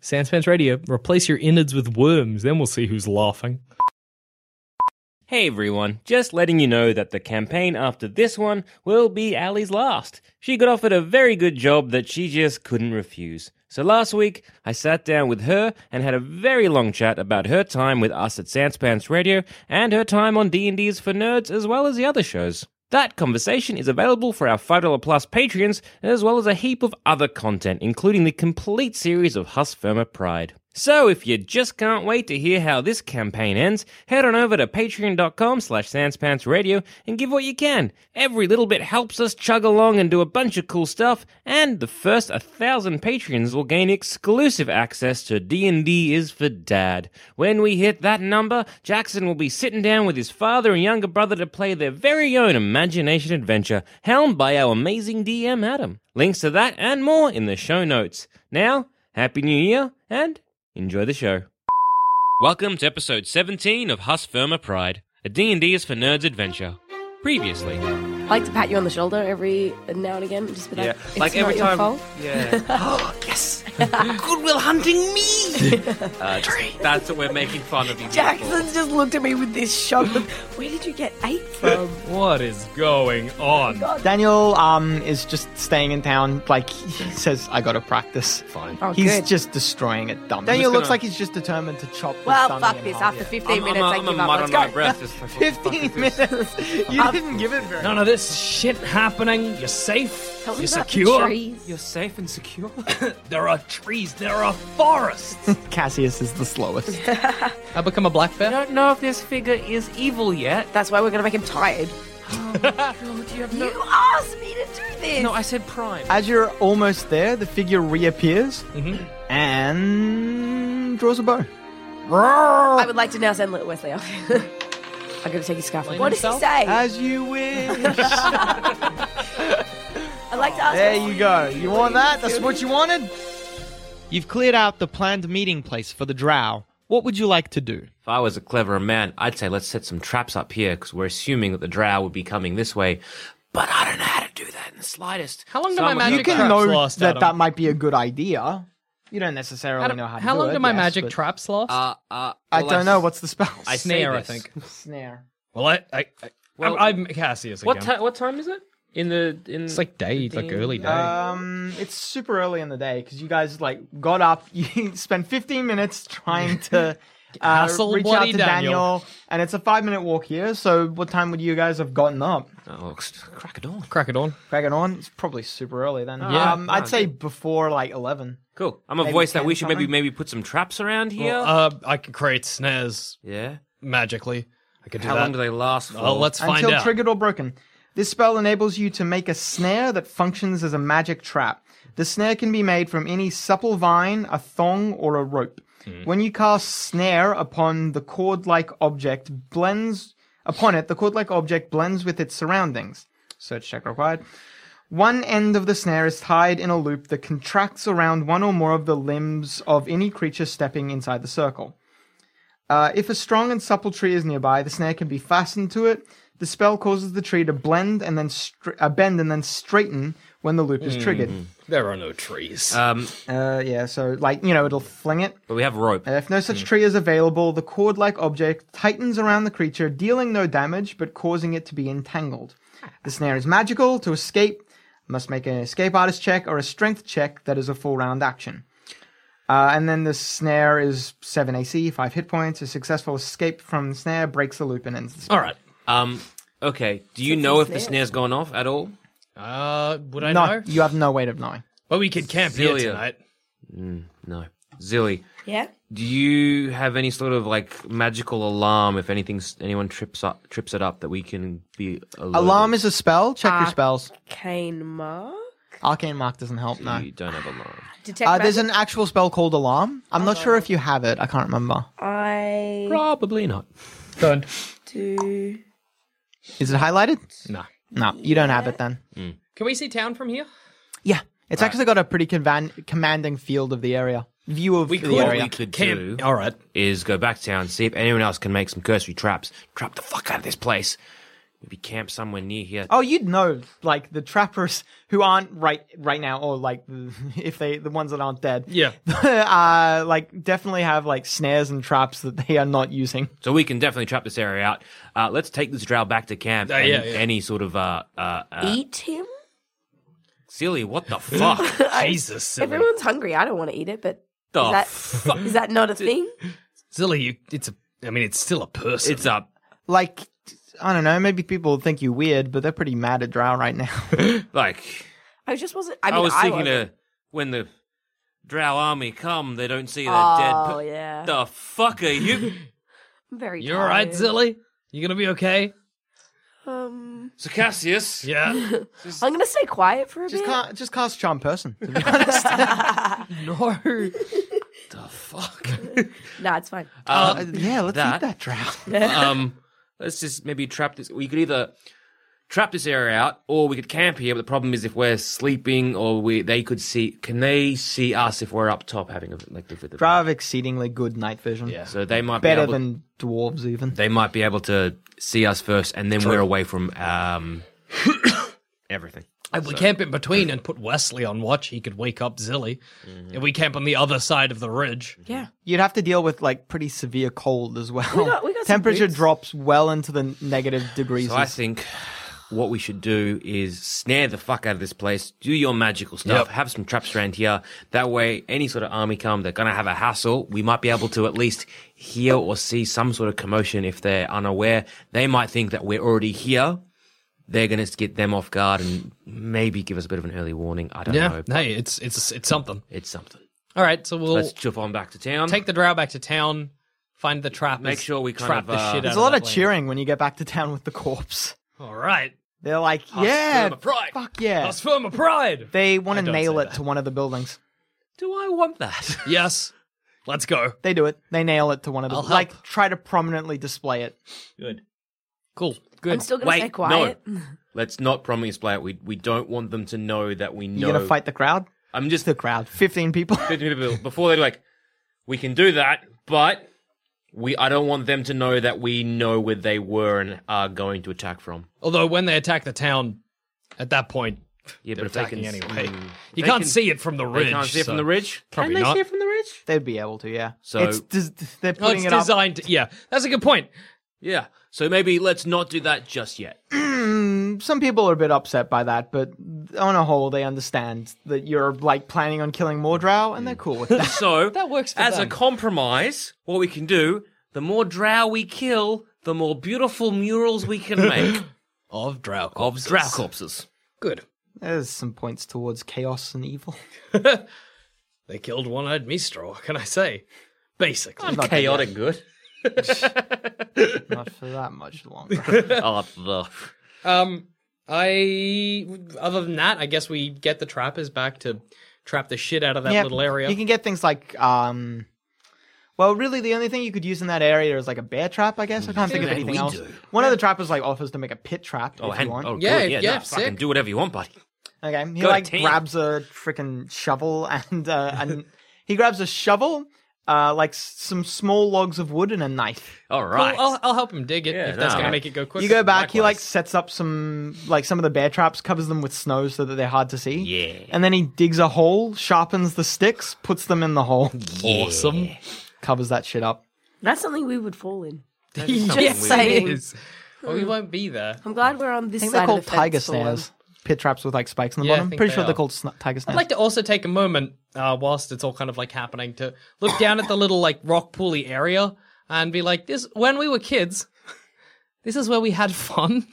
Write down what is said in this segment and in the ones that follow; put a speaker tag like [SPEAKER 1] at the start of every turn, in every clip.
[SPEAKER 1] Sandspans Radio, replace your innards with worms, then we'll see who's laughing.
[SPEAKER 2] Hey everyone, just letting you know that the campaign after this one will be Ali's last. She got offered a very good job that she just couldn't refuse. So last week, I sat down with her and had a very long chat about her time with us at Sanspants Radio and her time on D&D's for Nerds as well as the other shows. That conversation is available for our $5 plus patrons, as well as a heap of other content, including the complete series of Hus Firma Pride. So if you just can't wait to hear how this campaign ends, head on over to patreon.com slash sanspantsradio and give what you can. Every little bit helps us chug along and do a bunch of cool stuff, and the first 1,000 patrons will gain exclusive access to D&D is for Dad. When we hit that number, Jackson will be sitting down with his father and younger brother to play their very own imagination adventure, helmed by our amazing DM Adam. Links to that and more in the show notes. Now, Happy New Year and Enjoy the show. Welcome to episode 17 of Hus Firma Pride, a D&D is for nerds adventure. Previously.
[SPEAKER 3] I like to pat you on the shoulder every now and again. Just be like, it's
[SPEAKER 2] like every
[SPEAKER 3] not
[SPEAKER 2] time.
[SPEAKER 3] Your fault.
[SPEAKER 2] Yeah.
[SPEAKER 4] Oh, yes. Goodwill hunting me.
[SPEAKER 2] Uh, just- that's what we're making fun of you.
[SPEAKER 3] Jackson's just looked at me with this shock. look. Where did you get eight from?
[SPEAKER 1] What is going on?
[SPEAKER 5] Daniel um is just staying in town. Like he says, I gotta practice.
[SPEAKER 2] Fine.
[SPEAKER 3] Oh,
[SPEAKER 5] he's
[SPEAKER 3] good.
[SPEAKER 5] just destroying it. Dumb.
[SPEAKER 2] just
[SPEAKER 5] Daniel
[SPEAKER 2] gonna-
[SPEAKER 5] looks like he's just determined to chop. his
[SPEAKER 3] well,
[SPEAKER 5] dummy
[SPEAKER 3] fuck
[SPEAKER 5] in
[SPEAKER 3] this.
[SPEAKER 5] half.
[SPEAKER 3] After 15 minutes, i
[SPEAKER 2] I'm,
[SPEAKER 3] give
[SPEAKER 2] a
[SPEAKER 3] up.
[SPEAKER 2] mud
[SPEAKER 3] Let's
[SPEAKER 2] on my
[SPEAKER 3] go.
[SPEAKER 2] breath. Just like, what the fuck
[SPEAKER 5] Fifteen
[SPEAKER 2] is this?
[SPEAKER 5] minutes. You didn't give it very.
[SPEAKER 6] None of this shit happening. You're safe.
[SPEAKER 3] Tell me
[SPEAKER 6] You're
[SPEAKER 3] about the
[SPEAKER 6] secure.
[SPEAKER 3] trees.
[SPEAKER 2] You're safe and secure.
[SPEAKER 6] there are trees. There are forests.
[SPEAKER 5] Cassius is the slowest.
[SPEAKER 1] I become a black
[SPEAKER 2] I
[SPEAKER 1] bear?
[SPEAKER 2] don't know if this figure is evil yet.
[SPEAKER 3] That's why we're going to make him tired.
[SPEAKER 2] you have
[SPEAKER 3] You asked me to do this.
[SPEAKER 2] No, I said prime.
[SPEAKER 5] As you're almost there, the figure reappears Mm-hmm. and draws a bow.
[SPEAKER 3] I would like to now send Little Wesley off. I'm going to take his scarf off. What does he
[SPEAKER 1] himself?
[SPEAKER 3] say?
[SPEAKER 5] As you wish.
[SPEAKER 3] I'd like to ask
[SPEAKER 5] there
[SPEAKER 3] him.
[SPEAKER 5] you go. You want that? That's what you wanted. You've cleared out the planned meeting place for the Drow. What would you like to do?
[SPEAKER 2] If I was a cleverer man, I'd say let's set some traps up here because we're assuming that the drow would be coming this way. But I don't know how to do that in the slightest.
[SPEAKER 1] How long do
[SPEAKER 2] So
[SPEAKER 1] my
[SPEAKER 2] I'm
[SPEAKER 1] magic
[SPEAKER 5] you can
[SPEAKER 1] traps
[SPEAKER 5] know
[SPEAKER 1] last,
[SPEAKER 5] that
[SPEAKER 1] Adam?
[SPEAKER 5] that might be a good idea. You don't necessarily know how to
[SPEAKER 1] how
[SPEAKER 5] do
[SPEAKER 1] long
[SPEAKER 5] it,
[SPEAKER 1] do my
[SPEAKER 5] yes,
[SPEAKER 1] magic
[SPEAKER 5] but-
[SPEAKER 1] traps last?
[SPEAKER 2] Uh, uh,
[SPEAKER 5] I
[SPEAKER 2] well,
[SPEAKER 5] don't know. What's the spell?
[SPEAKER 2] I say
[SPEAKER 1] Snare, I
[SPEAKER 2] this.
[SPEAKER 1] think.
[SPEAKER 5] snare.
[SPEAKER 6] well, I, I, I
[SPEAKER 2] Well-
[SPEAKER 6] I'm, I'm Cassius again.
[SPEAKER 2] What ti- what time is it? In the in
[SPEAKER 1] It's like day, it's like early day.
[SPEAKER 5] Um, it's super early in the day because you guys like got up. You spent 15 minutes trying to uh,
[SPEAKER 1] Hassle
[SPEAKER 5] reach out
[SPEAKER 1] bloody
[SPEAKER 5] to Daniel.
[SPEAKER 1] Daniel.
[SPEAKER 5] and it's a five minute walk here. So what time would you guys have gotten up?
[SPEAKER 2] oh, c- crack a dawn.
[SPEAKER 1] Crack it on.
[SPEAKER 5] Cracking on. It's probably super early then.
[SPEAKER 1] Yeah.
[SPEAKER 5] Um, I'd say before like 11.
[SPEAKER 2] Cool. I'm a
[SPEAKER 5] Maybe
[SPEAKER 2] voice that we
[SPEAKER 5] 10
[SPEAKER 2] should maybe
[SPEAKER 5] something?
[SPEAKER 2] maybe put some traps around here.
[SPEAKER 6] Well, uh, I can create snares
[SPEAKER 2] yeah.
[SPEAKER 6] magically. I could do
[SPEAKER 2] How
[SPEAKER 6] that.
[SPEAKER 2] long do they last for?
[SPEAKER 6] Oh, let's find
[SPEAKER 5] until
[SPEAKER 6] out.
[SPEAKER 5] triggered or broken. This spell enables you to make a snare that functions as a magic trap. The snare can be made from any supple vine, a thong, or a rope.
[SPEAKER 6] Hmm.
[SPEAKER 5] When you cast snare upon the cord-like object, blends upon it, the cord-like object blends with its surroundings. Search check required. One end of the snare is tied in a loop that contracts around one or more of the limbs of any creature stepping inside the circle. Uh, if a strong and supple tree is nearby, the snare can be fastened to it. The spell causes the tree to blend and then str- uh, bend and then straighten when the loop is triggered.
[SPEAKER 6] There are no trees.
[SPEAKER 2] Um,
[SPEAKER 5] Uh, yeah, so like you know, it'll fling it.
[SPEAKER 2] but we have rope.
[SPEAKER 5] Uh, if no such tree is available, the cord-like object tightens around the creature, dealing no damage but causing it to be entangled. The snare is magical. To escape, must make an escape artist check or a strength check that is a full round action. Uh, and then the snare is seven AC, five hit points. A successful escape from the snare breaks the loop and ends the spell.
[SPEAKER 6] All right.
[SPEAKER 2] Um, okay. Do you know if the snare's gone off at all?
[SPEAKER 6] Uh, would I
[SPEAKER 5] No,
[SPEAKER 6] know?
[SPEAKER 5] you have no way of knowing.
[SPEAKER 6] But we could camp
[SPEAKER 2] Zillia.
[SPEAKER 6] here tonight.
[SPEAKER 2] No. Zilly,
[SPEAKER 3] Yeah?
[SPEAKER 2] do you have any sort of like magical alarm if anything's anyone trips up trips it up that we can be alerted?
[SPEAKER 5] Alarm is a spell. Check your spells.
[SPEAKER 3] Cane mark?
[SPEAKER 5] Arcane mark doesn't help. No.
[SPEAKER 2] You don't have alarm.
[SPEAKER 3] Detect
[SPEAKER 5] Uh, there's
[SPEAKER 3] magic?
[SPEAKER 5] an actual spell called alarm. I'm not sure if you have it. I can't remember.
[SPEAKER 3] I
[SPEAKER 2] Probably not.
[SPEAKER 1] Don't.
[SPEAKER 3] do...
[SPEAKER 5] Is it highlighted?
[SPEAKER 6] No.
[SPEAKER 5] No, you don't have it then.
[SPEAKER 1] Can we see town from here?
[SPEAKER 5] Yeah, it's actually got a pretty convan- commanding field of the area, view of the
[SPEAKER 2] What
[SPEAKER 5] area.
[SPEAKER 2] we could do
[SPEAKER 6] Camp. All right.
[SPEAKER 2] is go back to town, see if anyone else can make some cursory traps. Trap the fuck out of this place. Maybe camp somewhere near here.
[SPEAKER 5] Oh, you'd know, like the trappers who aren't right right now, or like if they the ones that aren't dead.
[SPEAKER 6] Yeah.
[SPEAKER 5] uh, like definitely have like snares and traps that they are not using.
[SPEAKER 2] So we can definitely trap this area out. Uh, let's take this drow back to camp.
[SPEAKER 6] Uh,
[SPEAKER 2] and
[SPEAKER 6] yeah, yeah.
[SPEAKER 2] Any sort of uh, uh, uh,
[SPEAKER 3] Eat him?
[SPEAKER 2] silly? What the fuck?
[SPEAKER 6] Jesus, silly.
[SPEAKER 3] Everyone's hungry. I don't want to eat it, but
[SPEAKER 2] the
[SPEAKER 3] is that
[SPEAKER 2] f-
[SPEAKER 3] is that not a thing?
[SPEAKER 6] Silly, you, it's a. I mean, it's still a person.
[SPEAKER 2] it's a
[SPEAKER 5] Like I don't know, maybe people think you weird, but they're pretty mad at Drow right now.
[SPEAKER 2] like.
[SPEAKER 3] I just wasn't. I
[SPEAKER 2] I,
[SPEAKER 3] mean,
[SPEAKER 2] was thinking
[SPEAKER 3] wasn't.
[SPEAKER 2] uh, when the drow army come, they don't see their dead.
[SPEAKER 3] Oh
[SPEAKER 2] per-
[SPEAKER 3] yeah,
[SPEAKER 2] The fuck are you?
[SPEAKER 3] I'm very.
[SPEAKER 6] You all right,
[SPEAKER 3] tired.
[SPEAKER 6] silly? You gonna be okay?
[SPEAKER 3] Um,
[SPEAKER 2] so Cassius,
[SPEAKER 6] Yeah.
[SPEAKER 3] I'm gonna stay quiet for a
[SPEAKER 5] just
[SPEAKER 3] bit.
[SPEAKER 5] can't just cast charm person. To be honest,
[SPEAKER 6] no. the fuck.
[SPEAKER 3] Nah, it's fine.
[SPEAKER 5] Uh,
[SPEAKER 2] um,
[SPEAKER 5] yeah, let's
[SPEAKER 2] that-
[SPEAKER 5] eat that Drow.
[SPEAKER 3] Uh,
[SPEAKER 2] um, let's just maybe trap this. We could either trap this area out, or we could camp here. But the problem is, if we're sleeping, or we they could see. Can they see us if we're up top having a like the, the
[SPEAKER 5] Drow have exceedingly good night vision.
[SPEAKER 6] Yeah.
[SPEAKER 2] So they might
[SPEAKER 5] better
[SPEAKER 2] be able,
[SPEAKER 5] than dwarves even.
[SPEAKER 2] they might be able to see us first, and then we're away from um everything.
[SPEAKER 6] If we camp in between and put Wesley on watch, he could wake up Zilly.
[SPEAKER 2] Mm-hmm.
[SPEAKER 6] If we camp on the other side of the ridge,
[SPEAKER 3] Yeah.
[SPEAKER 5] You'd have to deal with like pretty severe cold as well.
[SPEAKER 3] got- we got some
[SPEAKER 5] Temperature
[SPEAKER 3] boots.
[SPEAKER 5] drops well into the negative degrees.
[SPEAKER 2] So I think what we should do is snare the fuck out of this place. Do your magical stuff.
[SPEAKER 6] Yep.
[SPEAKER 2] Have some traps around here. That way, any sort of army come, they're gonna have a hassle. We might be able to at least hear or see some sort of commotion if they're unaware. They might think that we're already here. They're gonna get them off guard and maybe give us a bit of an early warning. I don't
[SPEAKER 6] yeah.
[SPEAKER 2] know.
[SPEAKER 6] Hey, it's it's it's something.
[SPEAKER 2] It's something.
[SPEAKER 6] All right, so we'll
[SPEAKER 2] Let's jump on back to town.
[SPEAKER 6] take the drow back to town, find the trappers,
[SPEAKER 2] Make sure we kind
[SPEAKER 6] trap
[SPEAKER 2] of,
[SPEAKER 6] the
[SPEAKER 2] uh,
[SPEAKER 6] shit
[SPEAKER 5] There's
[SPEAKER 6] out
[SPEAKER 5] a lot
[SPEAKER 6] that
[SPEAKER 5] of
[SPEAKER 6] land.
[SPEAKER 5] cheering when you get back to town with the corpse.
[SPEAKER 6] All right,
[SPEAKER 5] They're like,
[SPEAKER 2] Firm
[SPEAKER 5] yeah,
[SPEAKER 2] of pride.
[SPEAKER 5] fuck yeah.
[SPEAKER 6] us firm of pride.
[SPEAKER 5] They want to
[SPEAKER 6] don't
[SPEAKER 5] nail
[SPEAKER 6] say
[SPEAKER 5] it
[SPEAKER 6] that.
[SPEAKER 5] to one of the buildings.
[SPEAKER 2] Do I want that?
[SPEAKER 6] yes, let's go.
[SPEAKER 5] They do it. They nail it to one of the
[SPEAKER 6] I'll help.
[SPEAKER 5] like try to prominently display it.
[SPEAKER 6] Cool,
[SPEAKER 3] I'm
[SPEAKER 6] good.
[SPEAKER 3] still gonna
[SPEAKER 2] Wait,
[SPEAKER 3] stay quiet.
[SPEAKER 2] no. Let's not promise play it. We we don't want them to know that we know.
[SPEAKER 5] You're gonna fight the crowd.
[SPEAKER 2] I'm just
[SPEAKER 5] The crowd, fifteen people.
[SPEAKER 2] before they're like, we can do that, but we I don't want them to know that we know where they were and are going to attack from.
[SPEAKER 6] Although when they attack the town, at that point,
[SPEAKER 2] Yeah,
[SPEAKER 6] they're attacking anyway.
[SPEAKER 2] mm,
[SPEAKER 6] you
[SPEAKER 2] they
[SPEAKER 6] can't
[SPEAKER 2] can-
[SPEAKER 6] see it from the
[SPEAKER 2] They
[SPEAKER 6] ridge.
[SPEAKER 2] can't see it
[SPEAKER 6] so-
[SPEAKER 2] from the ridge.
[SPEAKER 6] Probably
[SPEAKER 2] can they
[SPEAKER 6] not.
[SPEAKER 2] see it from the ridge?
[SPEAKER 5] They'd be able to, yeah.
[SPEAKER 2] So-
[SPEAKER 5] it's des- they're
[SPEAKER 6] Oh,
[SPEAKER 5] putting
[SPEAKER 6] it's
[SPEAKER 5] it up.
[SPEAKER 6] designed. To, yeah, that's a good point.
[SPEAKER 2] Yeah. So maybe let's not do that just yet.
[SPEAKER 5] Mm, Some people are a bit upset by that, but on a whole, they understand that you're like planning on killing more drow, and they're cool with that.
[SPEAKER 2] So
[SPEAKER 6] That works for
[SPEAKER 2] as a
[SPEAKER 6] them.
[SPEAKER 2] compromise. What we can do: the more drow we kill, the more beautiful murals we can make
[SPEAKER 6] Of drow
[SPEAKER 2] of
[SPEAKER 6] corpses.
[SPEAKER 2] drow corpses.
[SPEAKER 6] Good.
[SPEAKER 5] There's some points towards chaos and evil.
[SPEAKER 6] They killed one-eyed Mistral. What can I say? Basically,
[SPEAKER 2] Chaotic good.
[SPEAKER 5] Not for that much longer.
[SPEAKER 2] oh, the.
[SPEAKER 6] Um, I. Other than that, I guess we get the trappers back to trap the shit out of that
[SPEAKER 5] Yeah,
[SPEAKER 6] little area.
[SPEAKER 5] You can get things like, um, well, really, the only thing you could use in that area is like a bear trap. I guess I can't think of
[SPEAKER 2] Yeah, we
[SPEAKER 5] anything else.
[SPEAKER 2] do. Oh,
[SPEAKER 5] One of the trappers like offers to make a pit trap if you want.
[SPEAKER 6] Yeah,
[SPEAKER 2] good,
[SPEAKER 6] yeah,
[SPEAKER 2] nah, fucking
[SPEAKER 6] sick.
[SPEAKER 2] do whatever you want, buddy.
[SPEAKER 5] Okay, he
[SPEAKER 2] Go to
[SPEAKER 5] like
[SPEAKER 2] town.
[SPEAKER 5] grabs a freaking shovel and uh, and he grabs a shovel, uh, like s- some small logs of wood and a knife.
[SPEAKER 2] All
[SPEAKER 6] Well,
[SPEAKER 2] right.
[SPEAKER 6] I'll, I'll help him dig it if that's
[SPEAKER 2] nah.
[SPEAKER 6] gonna make it go quicker.
[SPEAKER 5] You go back. He like
[SPEAKER 6] Likewise.
[SPEAKER 5] sets up some like some of the bear traps, covers them with snow so that they're hard to see.
[SPEAKER 2] Yeah.
[SPEAKER 5] And then he digs a hole, sharpens the sticks, puts them in the hole,
[SPEAKER 6] awesome.
[SPEAKER 5] covers that shit up.
[SPEAKER 3] That's something we would fall in.
[SPEAKER 6] yes,
[SPEAKER 3] saying.
[SPEAKER 6] it is. Well, we won't be there.
[SPEAKER 3] I'm glad we're on this
[SPEAKER 5] I think
[SPEAKER 3] side
[SPEAKER 5] they're
[SPEAKER 3] of
[SPEAKER 5] called
[SPEAKER 3] the fence
[SPEAKER 5] tiger
[SPEAKER 3] for one.
[SPEAKER 5] snares. Pit traps with like spikes in the
[SPEAKER 6] Yeah, I
[SPEAKER 5] bottom.
[SPEAKER 6] think
[SPEAKER 5] Pretty
[SPEAKER 6] they
[SPEAKER 5] sure
[SPEAKER 6] are.
[SPEAKER 5] they're called sn- tiger snares.
[SPEAKER 6] I'd like to also take a moment, uh, whilst it's all kind of like happening, to look down at the little like rock pooly area and be like, "This when we were kids, this is where we had fun,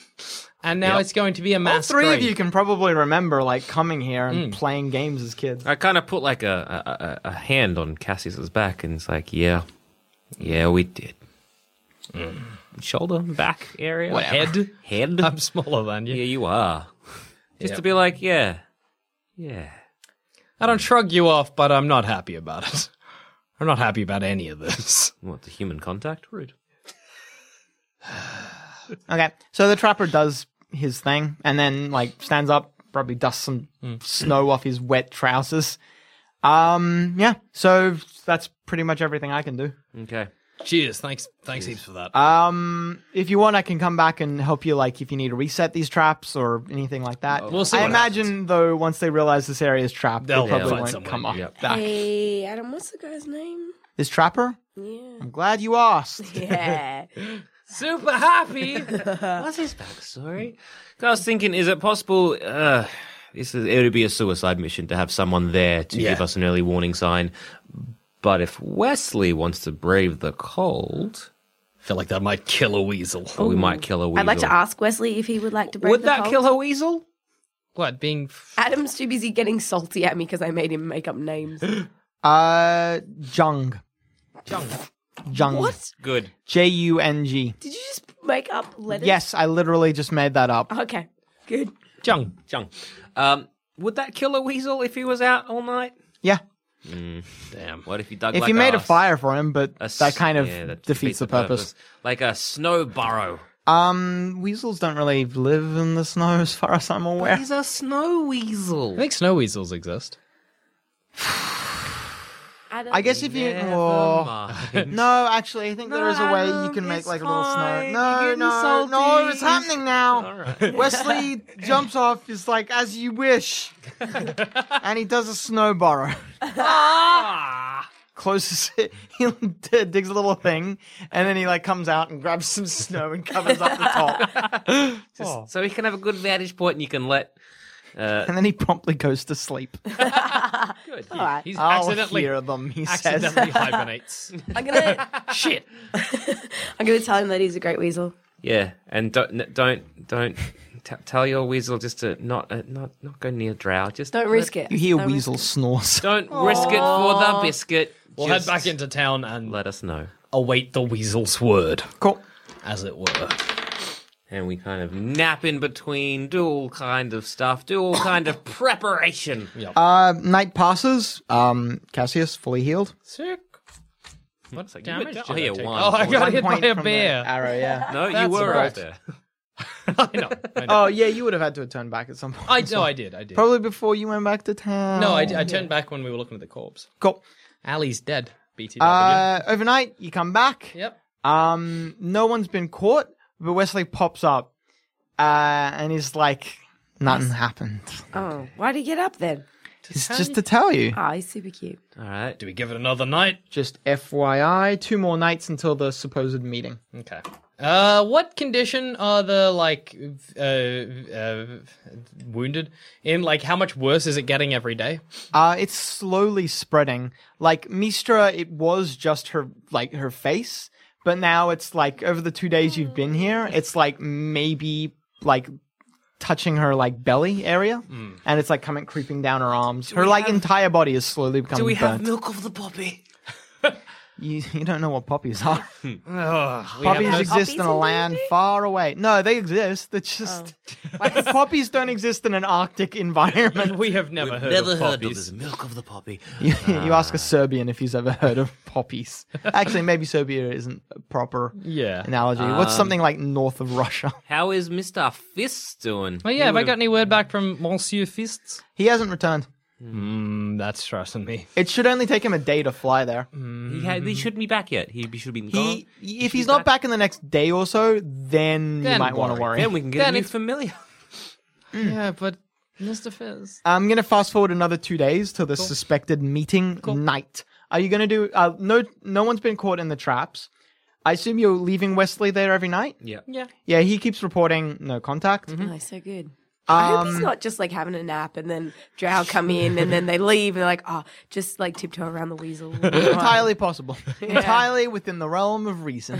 [SPEAKER 6] and now it's going to be a
[SPEAKER 5] All
[SPEAKER 6] mass."
[SPEAKER 5] three of
[SPEAKER 6] grave."
[SPEAKER 5] you can probably remember like coming here
[SPEAKER 6] Mm.
[SPEAKER 5] and playing games as kids.
[SPEAKER 2] I kind of put like a, a, a a hand on Cassius's back, and it's like, yeah, yeah, we did. Shoulder, back area,
[SPEAKER 6] Head.
[SPEAKER 2] Mm. head.
[SPEAKER 6] I'm smaller than you.
[SPEAKER 2] yeah, you are. Just to be like, yeah, yeah.
[SPEAKER 6] I don't shrug you off, but I'm not happy about it. I'm not happy about any of this.
[SPEAKER 2] What the human contact? Rude.
[SPEAKER 5] Okay, so the trapper does his thing and then like stands up, probably dusts some
[SPEAKER 6] Mm.
[SPEAKER 5] snow off his wet trousers. Um, yeah. So that's pretty much everything I can do.
[SPEAKER 2] Okay.
[SPEAKER 6] Cheers. Thanks. Thanks heaps for that.
[SPEAKER 5] Um, if you want, I can come back and help you, like if you need to reset these traps or anything like that.
[SPEAKER 6] We'll see
[SPEAKER 5] I
[SPEAKER 6] what
[SPEAKER 5] imagine though, once they realize this area is trapped, they'll,
[SPEAKER 6] They'll
[SPEAKER 5] probably
[SPEAKER 6] find
[SPEAKER 5] won't
[SPEAKER 6] someone,
[SPEAKER 5] come up
[SPEAKER 6] yep.
[SPEAKER 5] back.
[SPEAKER 3] Hey, Adam, what's the guy's name?
[SPEAKER 5] This trapper?
[SPEAKER 3] Yeah.
[SPEAKER 5] I'm glad you asked.
[SPEAKER 3] Yeah.
[SPEAKER 6] Super happy.
[SPEAKER 2] What's his backstory? 'Cause I was thinking, is it possible? Uh, this is, it would be a suicide mission to have someone there to
[SPEAKER 6] Yeah.
[SPEAKER 2] give us an early warning sign. But if Wesley wants to brave the cold,
[SPEAKER 6] Feel like that might kill a weasel.
[SPEAKER 2] we might kill a weasel.
[SPEAKER 3] I'd like to ask Wesley if he would like to break
[SPEAKER 2] Would
[SPEAKER 3] the
[SPEAKER 2] that
[SPEAKER 3] cult.
[SPEAKER 2] kill a weasel?
[SPEAKER 6] What being? F-
[SPEAKER 3] Adam's too busy getting salty at me because I made him make up names.
[SPEAKER 5] Uh, Jung. Jung. Jung.
[SPEAKER 3] what?
[SPEAKER 2] Good.
[SPEAKER 5] J U N G.
[SPEAKER 3] Did you just make up letters?
[SPEAKER 5] Yes, I literally just made that up.
[SPEAKER 3] Okay. Good.
[SPEAKER 6] Jung.
[SPEAKER 2] Chung. Um, would that kill a weasel if he was out all night?
[SPEAKER 5] Yeah.
[SPEAKER 6] Damn.
[SPEAKER 2] What if you dug
[SPEAKER 5] If
[SPEAKER 2] like
[SPEAKER 5] you made a
[SPEAKER 2] s-
[SPEAKER 5] fire for him, but
[SPEAKER 2] a s-
[SPEAKER 5] that kind of
[SPEAKER 2] yeah, that
[SPEAKER 5] defeats the purpose.
[SPEAKER 2] Like a snow burrow.
[SPEAKER 5] Um, weasels don't really live in the snow, as far as I'm aware.
[SPEAKER 2] He's a snow
[SPEAKER 6] I
[SPEAKER 2] weasel.
[SPEAKER 6] think snow weasels exist.
[SPEAKER 3] Adam,
[SPEAKER 5] I guess if you
[SPEAKER 2] Never
[SPEAKER 5] oh,
[SPEAKER 2] mind.
[SPEAKER 5] no, actually, I think there is a way you
[SPEAKER 2] Adam,
[SPEAKER 5] can make
[SPEAKER 2] it's
[SPEAKER 5] like a little snow.
[SPEAKER 2] fine.
[SPEAKER 5] No,
[SPEAKER 2] You're getting
[SPEAKER 5] no, no,
[SPEAKER 2] salty.
[SPEAKER 5] it's happening now.
[SPEAKER 2] All right.
[SPEAKER 5] Wesley jumps off, is like as you wish, and he does a snow burrow. Ah!
[SPEAKER 2] Ah!
[SPEAKER 5] Closes it, he d- digs a little thing, and then he like comes out and grabs some snow and covers up the top,
[SPEAKER 6] Oh.
[SPEAKER 2] So he can have a good vantage point and you can let
[SPEAKER 5] and then he promptly goes to sleep.
[SPEAKER 3] All right.
[SPEAKER 6] He's
[SPEAKER 5] I'll
[SPEAKER 6] accidentally
[SPEAKER 5] hear them, he says.
[SPEAKER 6] accidentally hibernates.
[SPEAKER 3] I'm gonna
[SPEAKER 6] Shit.
[SPEAKER 3] I'm gonna tell him that he's a great weasel.
[SPEAKER 2] Yeah, and don't n- don't don't t- tell your weasel just to not uh, not not go near drow. Just
[SPEAKER 3] Don't risk it.
[SPEAKER 5] You hear
[SPEAKER 3] Don't risk
[SPEAKER 5] weasel snores.
[SPEAKER 2] don't risk it for the biscuit.
[SPEAKER 6] We'll
[SPEAKER 2] just
[SPEAKER 6] head back into town and
[SPEAKER 2] Let us know.
[SPEAKER 6] await the weasel's word,
[SPEAKER 5] Cool.
[SPEAKER 6] as it were.
[SPEAKER 2] And we kind of nap in between, do all kind of stuff, do all kind of preparation.
[SPEAKER 5] Uh, night passes. Um, Cassius fully healed.
[SPEAKER 6] Sick. What
[SPEAKER 2] like you
[SPEAKER 6] damage
[SPEAKER 2] were
[SPEAKER 6] did
[SPEAKER 2] down- oh,
[SPEAKER 6] I
[SPEAKER 2] yeah,
[SPEAKER 6] take?
[SPEAKER 2] one
[SPEAKER 6] Oh, I
[SPEAKER 2] point.
[SPEAKER 6] got
[SPEAKER 2] One
[SPEAKER 6] hit by
[SPEAKER 5] Point
[SPEAKER 6] a
[SPEAKER 5] from the
[SPEAKER 6] bear.
[SPEAKER 5] Arrow, yeah.
[SPEAKER 2] No, you
[SPEAKER 6] That's
[SPEAKER 2] were
[SPEAKER 6] right.
[SPEAKER 2] out there.
[SPEAKER 6] I know. I know.
[SPEAKER 5] oh, yeah, you would have had to have turned back at some point.
[SPEAKER 6] I know. I did. I did.
[SPEAKER 5] Probably before you went back to town.
[SPEAKER 6] No, I, I turned back when we were looking at the corpse.
[SPEAKER 5] Cool.
[SPEAKER 6] Ali's dead. BTW.
[SPEAKER 5] Uh, overnight, you come back.
[SPEAKER 6] yep.
[SPEAKER 5] Um, no one's been caught, but Wesley pops up, uh, and he's like, nothing happened.
[SPEAKER 3] it. Oh, why'd he get up then?
[SPEAKER 5] It's just to tell you.
[SPEAKER 3] Ah, he's super cute.
[SPEAKER 2] All right.
[SPEAKER 6] Do we give it another night?
[SPEAKER 5] Just FYI, two more nights until the supposed meeting.
[SPEAKER 6] Okay. Uh, what condition are the like uh, uh wounded in? Like, how much worse is it getting every day?
[SPEAKER 5] Uh, it's slowly spreading. Like Mistra, it was just her like her face, but now it's like over the two days you've been here, it's like maybe like touching her like belly area, and it's like coming creeping down her arms. her like entire body is slowly becoming.
[SPEAKER 2] Do we have
[SPEAKER 5] burnt.
[SPEAKER 2] milk of the poppy?
[SPEAKER 5] You, you don't know what poppies are.
[SPEAKER 6] Ugh, we have
[SPEAKER 5] poppies
[SPEAKER 6] no-
[SPEAKER 5] exist
[SPEAKER 3] Poppies
[SPEAKER 5] in
[SPEAKER 3] in
[SPEAKER 5] a land far away. No, they exist. They're just poppies don't exist in an Arctic environment.
[SPEAKER 6] we have never heard of poppies.
[SPEAKER 2] milk of the poppy.
[SPEAKER 5] You, you ask a Serbian if he's ever heard of poppies. Actually, maybe Serbia isn't a proper
[SPEAKER 6] Yeah.
[SPEAKER 5] analogy. What's something like north of Russia?
[SPEAKER 2] How is Mister Fist doing?
[SPEAKER 6] Well, Oh, yeah. Have I got any word back from Monsieur Fists?
[SPEAKER 5] He hasn't returned.
[SPEAKER 6] Mm, that's stressing me.
[SPEAKER 5] It should only take him a day to fly there.
[SPEAKER 2] He, ha- he shouldn't be back yet. Mm. He should be gone.
[SPEAKER 5] He, if he's not back in the next day or so, then, you
[SPEAKER 6] Then
[SPEAKER 5] might want to
[SPEAKER 6] worry.
[SPEAKER 5] worry.
[SPEAKER 2] Then we can get
[SPEAKER 6] Then
[SPEAKER 2] a new
[SPEAKER 6] it's-
[SPEAKER 2] familiar.
[SPEAKER 6] Yeah, but Mr. Fizz.
[SPEAKER 5] I'm gonna fast forward another two days to the suspected meeting night. Are you gonna do? Uh, no, no one's been caught in the traps. I assume you're leaving Wesley there every night.
[SPEAKER 2] Yeah.
[SPEAKER 5] Yeah, he keeps reporting no contact.
[SPEAKER 3] Oh, so good.
[SPEAKER 6] Um,
[SPEAKER 3] I hope he's not just like having a nap and then Drow come in and then they leave and they're like, oh, just like tiptoe around the weasel.
[SPEAKER 5] entirely possible entirely within the realm of reason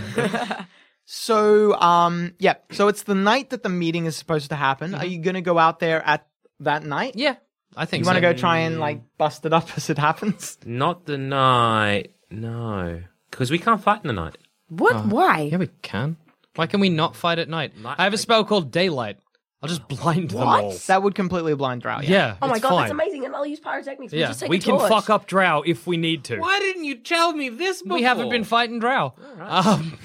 [SPEAKER 5] so um yeah so it's the night that the meeting is supposed to happen are you gonna go out there at that night
[SPEAKER 6] Mm-hmm. Yeah, I think
[SPEAKER 5] you
[SPEAKER 6] so.
[SPEAKER 5] want to go try and like bust it up as it happens
[SPEAKER 2] Not the night. No. Because we can't fight in the night.
[SPEAKER 3] What? Why?
[SPEAKER 6] Uh, Yeah, we can. Why can we not fight at night?
[SPEAKER 2] Night-
[SPEAKER 6] I have a spell called Daylight. I'll just blind them all.
[SPEAKER 5] that would completely blind drow yeah,
[SPEAKER 6] Yeah.
[SPEAKER 3] Oh my
[SPEAKER 6] it's
[SPEAKER 3] god,
[SPEAKER 6] fine.
[SPEAKER 3] that's amazing. And I'll use pyrotechnics. We'll
[SPEAKER 6] Yeah,
[SPEAKER 3] just take
[SPEAKER 6] we
[SPEAKER 3] a
[SPEAKER 6] can
[SPEAKER 3] torch.
[SPEAKER 6] fuck up Drow if we need to.
[SPEAKER 2] Why didn't you tell me this before?
[SPEAKER 6] We haven't been fighting Drow. Um,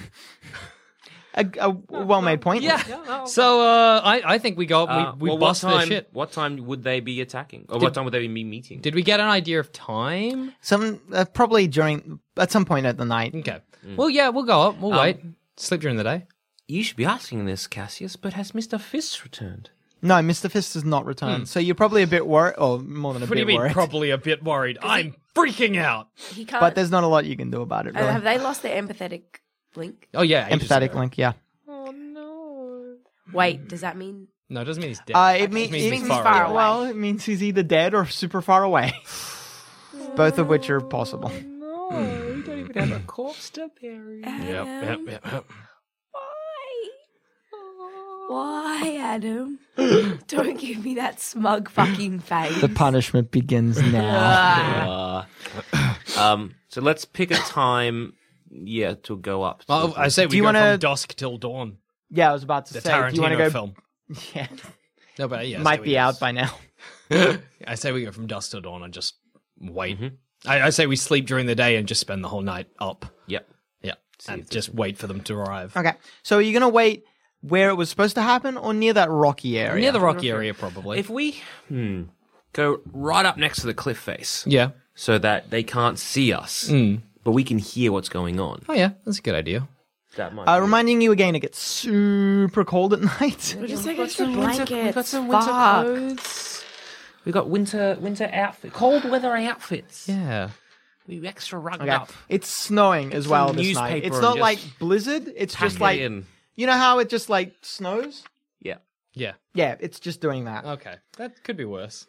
[SPEAKER 5] a, a well-made point
[SPEAKER 6] yeah. So uh, I, I think we go.
[SPEAKER 2] Uh,
[SPEAKER 6] we we
[SPEAKER 2] well,
[SPEAKER 6] bust
[SPEAKER 2] what time,
[SPEAKER 6] their shit.
[SPEAKER 2] What time would they be attacking? Or what time would they be meeting?
[SPEAKER 6] Did we get an idea of time?
[SPEAKER 5] some uh, probably during at some point at the night
[SPEAKER 6] Okay. Well, yeah, we'll go up. We'll wait. Sleep during the day.
[SPEAKER 2] You should be asking this, Cassius, but has Mr. Fist returned?
[SPEAKER 5] No, Mr. Fist has not
[SPEAKER 6] Hmm.
[SPEAKER 5] returned. So you're probably a bit worried, or more than a
[SPEAKER 6] What do you
[SPEAKER 5] bit
[SPEAKER 6] mean?
[SPEAKER 5] worried.
[SPEAKER 6] Probably a bit worried. I'm freaking out.
[SPEAKER 3] He can't.
[SPEAKER 5] but there's not a lot you can do about it,
[SPEAKER 3] Uh, have
[SPEAKER 5] really.
[SPEAKER 3] they lost their empathetic link?
[SPEAKER 6] Oh yeah, ages
[SPEAKER 5] Empathetic
[SPEAKER 6] ago.
[SPEAKER 5] link, yeah.
[SPEAKER 3] Wait, does that mean
[SPEAKER 6] No, it doesn't mean he's dead.
[SPEAKER 5] Uh, it, mean,
[SPEAKER 6] means
[SPEAKER 5] it
[SPEAKER 6] he's
[SPEAKER 5] means
[SPEAKER 6] far
[SPEAKER 3] away.
[SPEAKER 5] Well, it means he's either dead or super far away. Both of which are possible.
[SPEAKER 2] No, we don't even have a corpse to bury.
[SPEAKER 6] Yep, yep, yep, yep.
[SPEAKER 3] why? Why, Adam? Don't give me that smug fucking face.
[SPEAKER 5] The punishment begins now.
[SPEAKER 2] Uh, um, so let's pick a time, yeah, to go up.
[SPEAKER 6] Well, Oh, I say we
[SPEAKER 5] you
[SPEAKER 6] go
[SPEAKER 5] wanna-
[SPEAKER 6] from dusk till dawn.
[SPEAKER 5] yeah, I was about to
[SPEAKER 6] The
[SPEAKER 5] say. do you want
[SPEAKER 6] Tarantino
[SPEAKER 5] to go?
[SPEAKER 6] film.
[SPEAKER 5] Yeah,
[SPEAKER 6] No, but yeah, I say
[SPEAKER 5] might
[SPEAKER 6] we
[SPEAKER 5] be
[SPEAKER 6] go-
[SPEAKER 5] out by now.
[SPEAKER 6] I say we go from dusk till dawn and just wait. I, I say we sleep during the day and just spend the whole night up.
[SPEAKER 2] Yep.
[SPEAKER 6] Yeah, and just wait for them to arrive.
[SPEAKER 5] Okay, so are you gonna wait where it was supposed to happen, or near that rocky area?
[SPEAKER 6] Near the rocky area, probably.
[SPEAKER 2] If we hmm, go right up next to the cliff face,
[SPEAKER 6] yeah.
[SPEAKER 2] so that they can't see us,
[SPEAKER 6] Hmm.
[SPEAKER 2] but we can hear what's going on.
[SPEAKER 6] Oh yeah, that's a good idea.
[SPEAKER 2] That might.
[SPEAKER 5] Uh, reminding you again, it gets super cold at night.
[SPEAKER 3] Just take extra blankets.
[SPEAKER 2] we got some winter
[SPEAKER 3] Fuck.
[SPEAKER 2] clothes. We got winter winter outfit, cold weather outfits.
[SPEAKER 6] Yeah.
[SPEAKER 2] We extra rugged
[SPEAKER 5] Okay.
[SPEAKER 2] up.
[SPEAKER 5] It's snowing as well
[SPEAKER 2] a
[SPEAKER 5] this night.
[SPEAKER 2] newspaper
[SPEAKER 5] It's
[SPEAKER 2] and
[SPEAKER 5] not
[SPEAKER 2] just
[SPEAKER 5] like blizzard. It's
[SPEAKER 2] Pack
[SPEAKER 5] just
[SPEAKER 2] it
[SPEAKER 5] like
[SPEAKER 2] in.
[SPEAKER 5] you know how it just like snows.
[SPEAKER 2] yeah.
[SPEAKER 6] Yeah.
[SPEAKER 5] Yeah, it's just doing that.
[SPEAKER 6] Okay. That could be worse.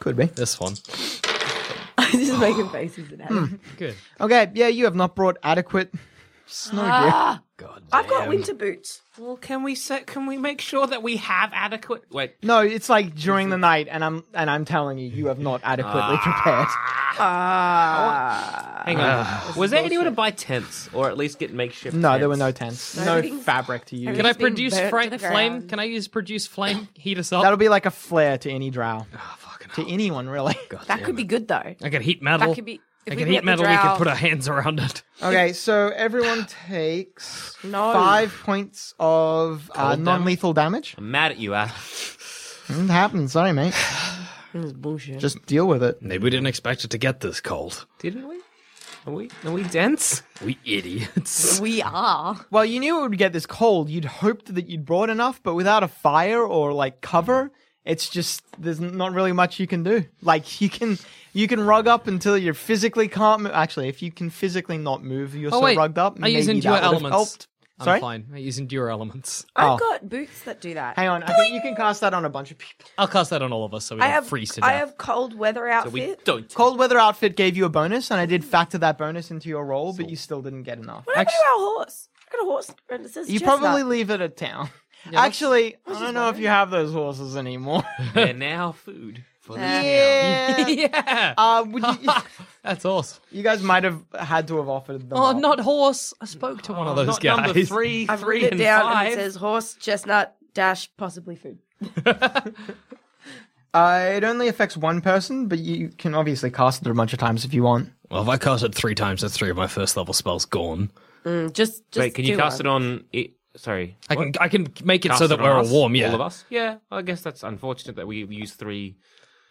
[SPEAKER 5] Could be.
[SPEAKER 6] This one.
[SPEAKER 3] I'm just making faces at Adam.
[SPEAKER 6] Good.
[SPEAKER 5] Okay, yeah, you have not brought adequate snow
[SPEAKER 3] Ah.
[SPEAKER 5] gear.
[SPEAKER 6] God.
[SPEAKER 3] I've got winter boots.
[SPEAKER 2] Well, can we set? Can we make sure that we have adequate? Wait,
[SPEAKER 5] No, it's like during the night, and I'm and I'm telling you, you have not adequately prepared.
[SPEAKER 3] Uh,
[SPEAKER 2] hang on. Ah. Was there anyone to buy tents or at least get makeshift?
[SPEAKER 5] No, there
[SPEAKER 2] tents?
[SPEAKER 5] were no tents, no
[SPEAKER 3] Everything's-
[SPEAKER 5] fabric to use.
[SPEAKER 6] Can I
[SPEAKER 3] It's being
[SPEAKER 6] produce
[SPEAKER 3] burnt
[SPEAKER 6] fri-
[SPEAKER 3] to the
[SPEAKER 6] flame?
[SPEAKER 3] ground.
[SPEAKER 6] Can I use produce flame? Heat us up.
[SPEAKER 5] That'll be like a flare to any drow,
[SPEAKER 6] Ah. Oh,
[SPEAKER 5] to anyone really.
[SPEAKER 3] That could be good though.
[SPEAKER 6] I can heat metal.
[SPEAKER 3] That could be. If
[SPEAKER 6] I
[SPEAKER 3] we
[SPEAKER 6] can
[SPEAKER 3] get
[SPEAKER 6] heat
[SPEAKER 3] the
[SPEAKER 6] metal. We can
[SPEAKER 3] drought-
[SPEAKER 6] put our hands around it.
[SPEAKER 5] Okay, so everyone takes
[SPEAKER 3] No.
[SPEAKER 5] five points of uh,
[SPEAKER 2] damage?
[SPEAKER 5] non-lethal damage. Mm,
[SPEAKER 2] I'm mad at you, Adam.
[SPEAKER 5] It happens. Sorry, mate.
[SPEAKER 3] This is bullshit.
[SPEAKER 5] Just deal with it.
[SPEAKER 6] Maybe we didn't expect it to get this cold.
[SPEAKER 2] Didn't we? Are we? Are we dense?
[SPEAKER 6] We idiots.
[SPEAKER 3] we are.
[SPEAKER 5] Well, you knew it would get this cold. You'd hoped that you'd brought enough, but without a fire or like cover, it's just there's not really much you can do. Like you can you can rug up until you physically can't. Move. Actually, if you can physically not move, you're
[SPEAKER 6] Oh,
[SPEAKER 5] so
[SPEAKER 6] wait.
[SPEAKER 5] rugged up.
[SPEAKER 6] I use
[SPEAKER 5] maybe
[SPEAKER 6] endure
[SPEAKER 5] that would've
[SPEAKER 6] elements.
[SPEAKER 5] helped.
[SPEAKER 6] I'm
[SPEAKER 5] Sorry,
[SPEAKER 6] fine. I use endure elements.
[SPEAKER 5] Oh.
[SPEAKER 3] I've got boots that do that.
[SPEAKER 5] hang on. I think you can cast that on a bunch of people.
[SPEAKER 6] I'll cast that on all of us so we
[SPEAKER 3] I
[SPEAKER 6] don't
[SPEAKER 3] have.
[SPEAKER 6] freeze to death.
[SPEAKER 3] I have cold weather outfit.
[SPEAKER 2] We don't.
[SPEAKER 5] Cold weather outfit gave you a bonus, and I did factor that bonus into your roll, but you still didn't get enough.
[SPEAKER 3] What happened to our horse? I got a horse. And it says
[SPEAKER 5] You
[SPEAKER 3] chestnut.
[SPEAKER 5] probably leave it at town. Actually, I don't know if you have those horses anymore.
[SPEAKER 2] They're now food. For the
[SPEAKER 5] yeah.
[SPEAKER 6] yeah.
[SPEAKER 5] Uh, would you?
[SPEAKER 6] That's awesome.
[SPEAKER 5] You guys might have had to have offered them.
[SPEAKER 6] Oh,
[SPEAKER 5] up.
[SPEAKER 6] not horse. I spoke to one of those
[SPEAKER 2] Not
[SPEAKER 6] guys.
[SPEAKER 2] number three,
[SPEAKER 3] I've
[SPEAKER 2] three,
[SPEAKER 3] written
[SPEAKER 2] and
[SPEAKER 3] it down
[SPEAKER 2] five.
[SPEAKER 3] and it says horse, chestnut, dash, possibly food.
[SPEAKER 5] Uh, it only affects one person, but you can obviously cast it a bunch of times if you want.
[SPEAKER 6] Well, if I cast it three times, that's three of my first level spells gone.
[SPEAKER 3] Mm, just, just.
[SPEAKER 2] Wait, can you
[SPEAKER 3] do
[SPEAKER 2] cast
[SPEAKER 3] one.
[SPEAKER 2] it on? It, sorry,
[SPEAKER 6] I can I can make it
[SPEAKER 2] Cast
[SPEAKER 6] so that
[SPEAKER 2] on
[SPEAKER 6] we're all
[SPEAKER 2] us,
[SPEAKER 6] warm. Yeah,
[SPEAKER 2] all of us. Yeah, I guess that's unfortunate that we use three.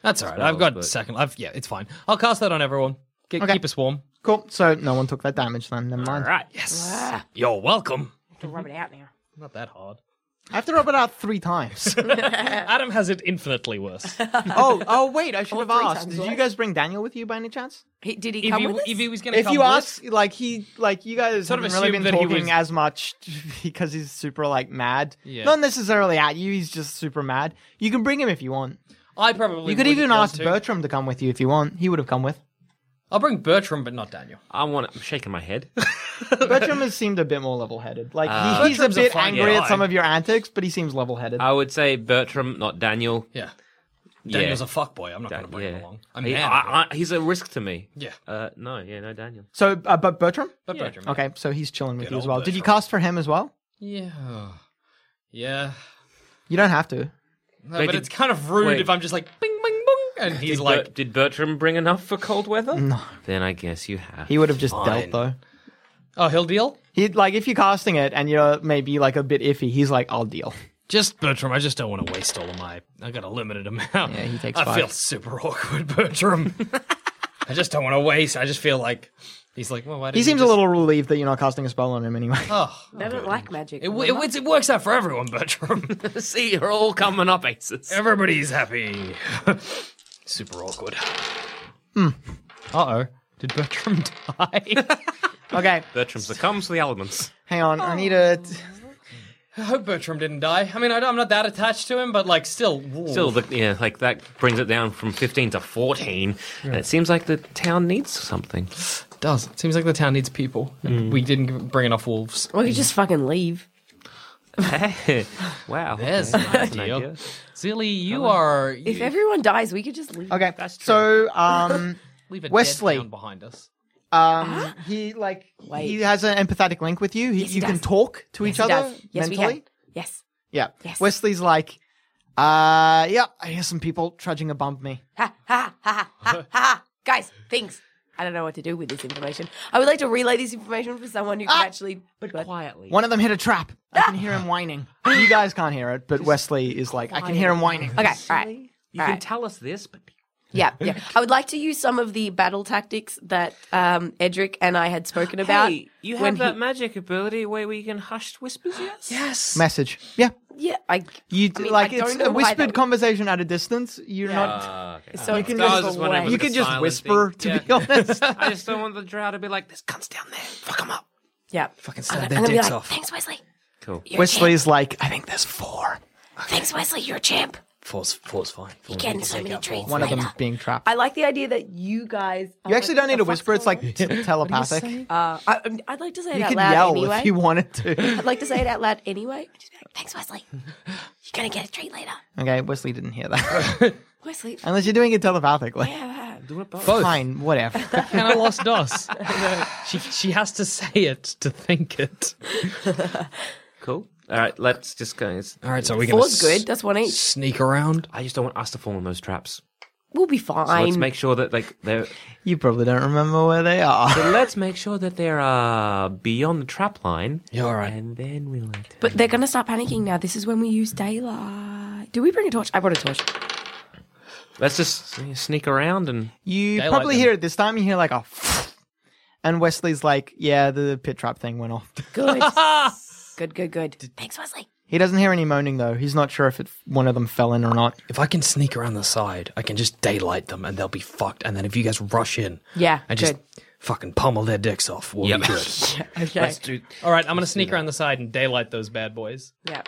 [SPEAKER 6] that's all right. I've got
[SPEAKER 2] Spells, but-
[SPEAKER 6] second. I've yeah, it's fine. I'll cast that on everyone. Get,
[SPEAKER 5] Okay.
[SPEAKER 6] Keep us warm.
[SPEAKER 5] Cool. So no one took that damage then. Never mind.
[SPEAKER 2] Right.
[SPEAKER 6] Yes.
[SPEAKER 5] Ah.
[SPEAKER 6] You're welcome.
[SPEAKER 3] To rub it out now.
[SPEAKER 6] Not that hard.
[SPEAKER 5] I have to rub it out three times. Uh,
[SPEAKER 6] Adam has it infinitely worse.
[SPEAKER 5] oh, oh wait, I should have
[SPEAKER 3] three
[SPEAKER 5] asked.
[SPEAKER 3] times,
[SPEAKER 5] Did
[SPEAKER 3] right?
[SPEAKER 5] you guys bring Daniel with you by any chance?
[SPEAKER 3] He, did he
[SPEAKER 6] if,
[SPEAKER 3] come
[SPEAKER 6] he,
[SPEAKER 3] with us?
[SPEAKER 6] if he was going to,
[SPEAKER 5] If you ask, like he, like you guys
[SPEAKER 6] Sort of
[SPEAKER 5] haven't really
[SPEAKER 6] assumed
[SPEAKER 5] been
[SPEAKER 6] that he
[SPEAKER 5] talking
[SPEAKER 6] was-
[SPEAKER 5] as much because he's super like mad.
[SPEAKER 6] Yeah.
[SPEAKER 5] Not necessarily at you. He's just super mad. You can bring him if you want.
[SPEAKER 6] I probably
[SPEAKER 5] You could
[SPEAKER 6] wouldn't
[SPEAKER 5] even
[SPEAKER 6] want
[SPEAKER 5] ask
[SPEAKER 6] to.
[SPEAKER 5] Bertram to come with you if you want. He would have come with.
[SPEAKER 6] I'll bring Bertram, but not Daniel.
[SPEAKER 2] I want. I'm shaking my head.
[SPEAKER 5] Bertram has seemed a bit more level-headed. Like he, he's a
[SPEAKER 6] Bertram's Uh, a
[SPEAKER 5] bit
[SPEAKER 6] fine
[SPEAKER 5] angry
[SPEAKER 6] guy. Uh,
[SPEAKER 5] at some of your antics, but he seems level-headed.
[SPEAKER 2] I would say Bertram, not Daniel.
[SPEAKER 6] Yeah,
[SPEAKER 2] Yeah.
[SPEAKER 6] Daniel's a fuckboy. I'm not going to
[SPEAKER 2] Dan-
[SPEAKER 6] bring
[SPEAKER 2] yeah.
[SPEAKER 6] him along. I'm
[SPEAKER 2] He-
[SPEAKER 6] mad. at him.
[SPEAKER 2] I- I- he's a risk to me.
[SPEAKER 6] Yeah.
[SPEAKER 2] Uh, no, yeah, no, Daniel.
[SPEAKER 5] so, uh, but Bertram.
[SPEAKER 6] but Bertram.
[SPEAKER 5] Okay, so he's chilling with
[SPEAKER 6] Good
[SPEAKER 5] you as
[SPEAKER 6] old
[SPEAKER 5] well. Did you
[SPEAKER 6] Bertram.
[SPEAKER 5] cast for him as well?
[SPEAKER 6] Yeah. Yeah.
[SPEAKER 5] You don't have to.
[SPEAKER 6] No,
[SPEAKER 2] They
[SPEAKER 6] but
[SPEAKER 2] did-
[SPEAKER 6] it's kind of rude
[SPEAKER 2] wait.
[SPEAKER 6] if I'm just like bing bing bing, and he's
[SPEAKER 2] did
[SPEAKER 6] like,
[SPEAKER 2] Ber- did Bertram bring enough for cold weather? No. Then I guess you have.
[SPEAKER 5] He would have just
[SPEAKER 6] Fine.
[SPEAKER 5] dealt though.
[SPEAKER 6] "Oh, he'll deal."
[SPEAKER 5] He like if you're casting it and you're maybe like a bit iffy, he's like, I'll deal.
[SPEAKER 6] Just Bertram, I just don't want to waste all of my. I got a limited amount. Yeah,
[SPEAKER 5] he takes
[SPEAKER 6] I
[SPEAKER 5] five.
[SPEAKER 6] feel super awkward, Bertram. I just don't want to waste. I just feel like He's like, well, why did
[SPEAKER 5] He seems a little relieved that you're not casting a spell on him anyway.
[SPEAKER 6] Oh,
[SPEAKER 3] I don't like magic.
[SPEAKER 6] it, w- it, it works out for everyone, Bertram.
[SPEAKER 4] See, you're all coming up aces.
[SPEAKER 6] Everybody's happy. Super awkward. Uh oh. Did Bertram die?
[SPEAKER 5] Okay,
[SPEAKER 4] Bertram succumbs to the elements.
[SPEAKER 5] hang on. I need
[SPEAKER 3] Oh,
[SPEAKER 5] a. t-
[SPEAKER 6] I hope Bertram didn't die. I mean, I, am not that attached to him, but like, still. ooh.
[SPEAKER 4] Still, the, yeah, like that brings it down from 15 to 14. And it seems like the town needs something.
[SPEAKER 6] does. It seems like the town needs people. and We didn't give- bring enough wolves.
[SPEAKER 3] Well, you just fucking leave.
[SPEAKER 4] wow.
[SPEAKER 6] There's an idea. Zilly, you are. You
[SPEAKER 3] If everyone dies, we could just leave.
[SPEAKER 5] Okay, so um,
[SPEAKER 6] leave a dead
[SPEAKER 5] Wesley.
[SPEAKER 6] town behind us.
[SPEAKER 5] um, he like
[SPEAKER 3] Wait.
[SPEAKER 5] he has an empathetic link with you. He,
[SPEAKER 3] he
[SPEAKER 5] you can
[SPEAKER 3] does.
[SPEAKER 5] talk to each
[SPEAKER 3] Yes, he
[SPEAKER 5] other
[SPEAKER 3] does. Yes,
[SPEAKER 5] mentally.
[SPEAKER 3] we can. Yes.
[SPEAKER 5] Yeah.
[SPEAKER 3] Yes.
[SPEAKER 5] Wesley's like, uh, yeah, I hear some people trudging above me.
[SPEAKER 3] Ha ha ha ha ha. Guys, things. I don't know what to do with this information. I would like to relay this information for someone who can actually. But
[SPEAKER 4] Quietly.
[SPEAKER 5] One of them hit a trap. I can
[SPEAKER 3] Ah!
[SPEAKER 5] hear him whining. You guys can't hear it, but Wesley is like, I can hear him whining.
[SPEAKER 3] Okay. All right.
[SPEAKER 4] You
[SPEAKER 3] All
[SPEAKER 4] can
[SPEAKER 3] right.
[SPEAKER 4] tell us this, but
[SPEAKER 3] Yeah, yeah. I would like to use some of the battle tactics that um, Edric and I had spoken about.
[SPEAKER 4] Hey, you
[SPEAKER 3] when
[SPEAKER 4] have that magic ability where we can hush whispers, yes?
[SPEAKER 6] Yes.
[SPEAKER 5] Message. Yeah.
[SPEAKER 3] He, yeah, I.
[SPEAKER 5] You
[SPEAKER 3] I mean,
[SPEAKER 5] like
[SPEAKER 3] I don't
[SPEAKER 5] it's
[SPEAKER 3] know
[SPEAKER 5] a
[SPEAKER 3] why
[SPEAKER 5] whispered
[SPEAKER 3] that-
[SPEAKER 5] conversation at a distance. You're not.
[SPEAKER 4] Ah, okay.
[SPEAKER 3] So it's
[SPEAKER 5] can
[SPEAKER 3] kind
[SPEAKER 5] just-
[SPEAKER 3] of
[SPEAKER 4] I was
[SPEAKER 3] a
[SPEAKER 4] wondering if
[SPEAKER 3] way.
[SPEAKER 5] You
[SPEAKER 4] Like
[SPEAKER 5] could
[SPEAKER 4] a
[SPEAKER 5] just
[SPEAKER 4] silent
[SPEAKER 5] whisper,
[SPEAKER 4] thing.
[SPEAKER 5] to be
[SPEAKER 4] Yeah.
[SPEAKER 5] honest.
[SPEAKER 4] I just don't want the drow to be like, there's guns down there. Fuck them up.
[SPEAKER 3] Yeah,
[SPEAKER 6] Fucking stab
[SPEAKER 3] I'm
[SPEAKER 6] their
[SPEAKER 3] gonna be
[SPEAKER 6] dicks
[SPEAKER 3] like,
[SPEAKER 6] off.
[SPEAKER 3] thanks, Wesley.
[SPEAKER 4] Cool.
[SPEAKER 3] You're a champ.
[SPEAKER 5] Wesley's like, I think there's four.
[SPEAKER 3] Thanks, Wesley. You're a champ.
[SPEAKER 6] Four's, four's fine. Four's
[SPEAKER 3] Getting so many treats.
[SPEAKER 5] One of
[SPEAKER 3] later.
[SPEAKER 5] them's being trapped.
[SPEAKER 3] I like the idea that you guys.
[SPEAKER 5] You actually don't need to whisper. It's like t- telepathic. You
[SPEAKER 3] Uh, I, I'd like to say it out
[SPEAKER 5] could
[SPEAKER 3] loud
[SPEAKER 5] yell
[SPEAKER 3] anyway.
[SPEAKER 5] if you wanted to.
[SPEAKER 3] I'd like to say it out loud anyway. Just be like, Thanks, Wesley. You're gonna get a treat later,
[SPEAKER 5] okay, Wesley didn't hear that.
[SPEAKER 3] Wesley.
[SPEAKER 5] Unless you're doing it telepathically.
[SPEAKER 3] Yeah.
[SPEAKER 6] Both.
[SPEAKER 5] Fine, whatever.
[SPEAKER 6] And I lost DOS. she, she has to say it to think it.
[SPEAKER 4] Cool. All right, let's just go. It's-
[SPEAKER 6] All right, so we're going
[SPEAKER 3] Four's good. That's one each.
[SPEAKER 6] sneak around.
[SPEAKER 4] I just don't want us to fall in those traps.
[SPEAKER 3] We'll be
[SPEAKER 4] So
[SPEAKER 3] fine.
[SPEAKER 4] let's make sure that like they're.
[SPEAKER 5] You probably don't remember where they are.
[SPEAKER 4] So let's make sure that they're uh, beyond the trap line.
[SPEAKER 6] Yeah, all right.
[SPEAKER 4] And then we'll. attack.
[SPEAKER 3] But they're gonna start panicking now. This is when we use daylight. Do we bring a torch? I brought a torch.
[SPEAKER 4] Let's just s- sneak around and.
[SPEAKER 5] You
[SPEAKER 6] Daylight
[SPEAKER 5] probably
[SPEAKER 6] them.
[SPEAKER 5] hear it this time. You hear like a, and Wesley's like, "Yeah, the pit trap thing went off."
[SPEAKER 3] Good. good. Good. Good. Thanks, Wesley.
[SPEAKER 5] He doesn't hear any moaning though. He's not sure if it, one of them fell in or not.
[SPEAKER 6] If I can sneak around the side, I can just daylight them and they'll be fucked. And then if you guys rush in
[SPEAKER 3] Yeah.
[SPEAKER 6] and just fucking pummel their dicks off, we'll be good.
[SPEAKER 3] good. Okay.
[SPEAKER 4] do.
[SPEAKER 6] All right, I'm going to sneak around the side and daylight those bad boys.
[SPEAKER 3] yeah.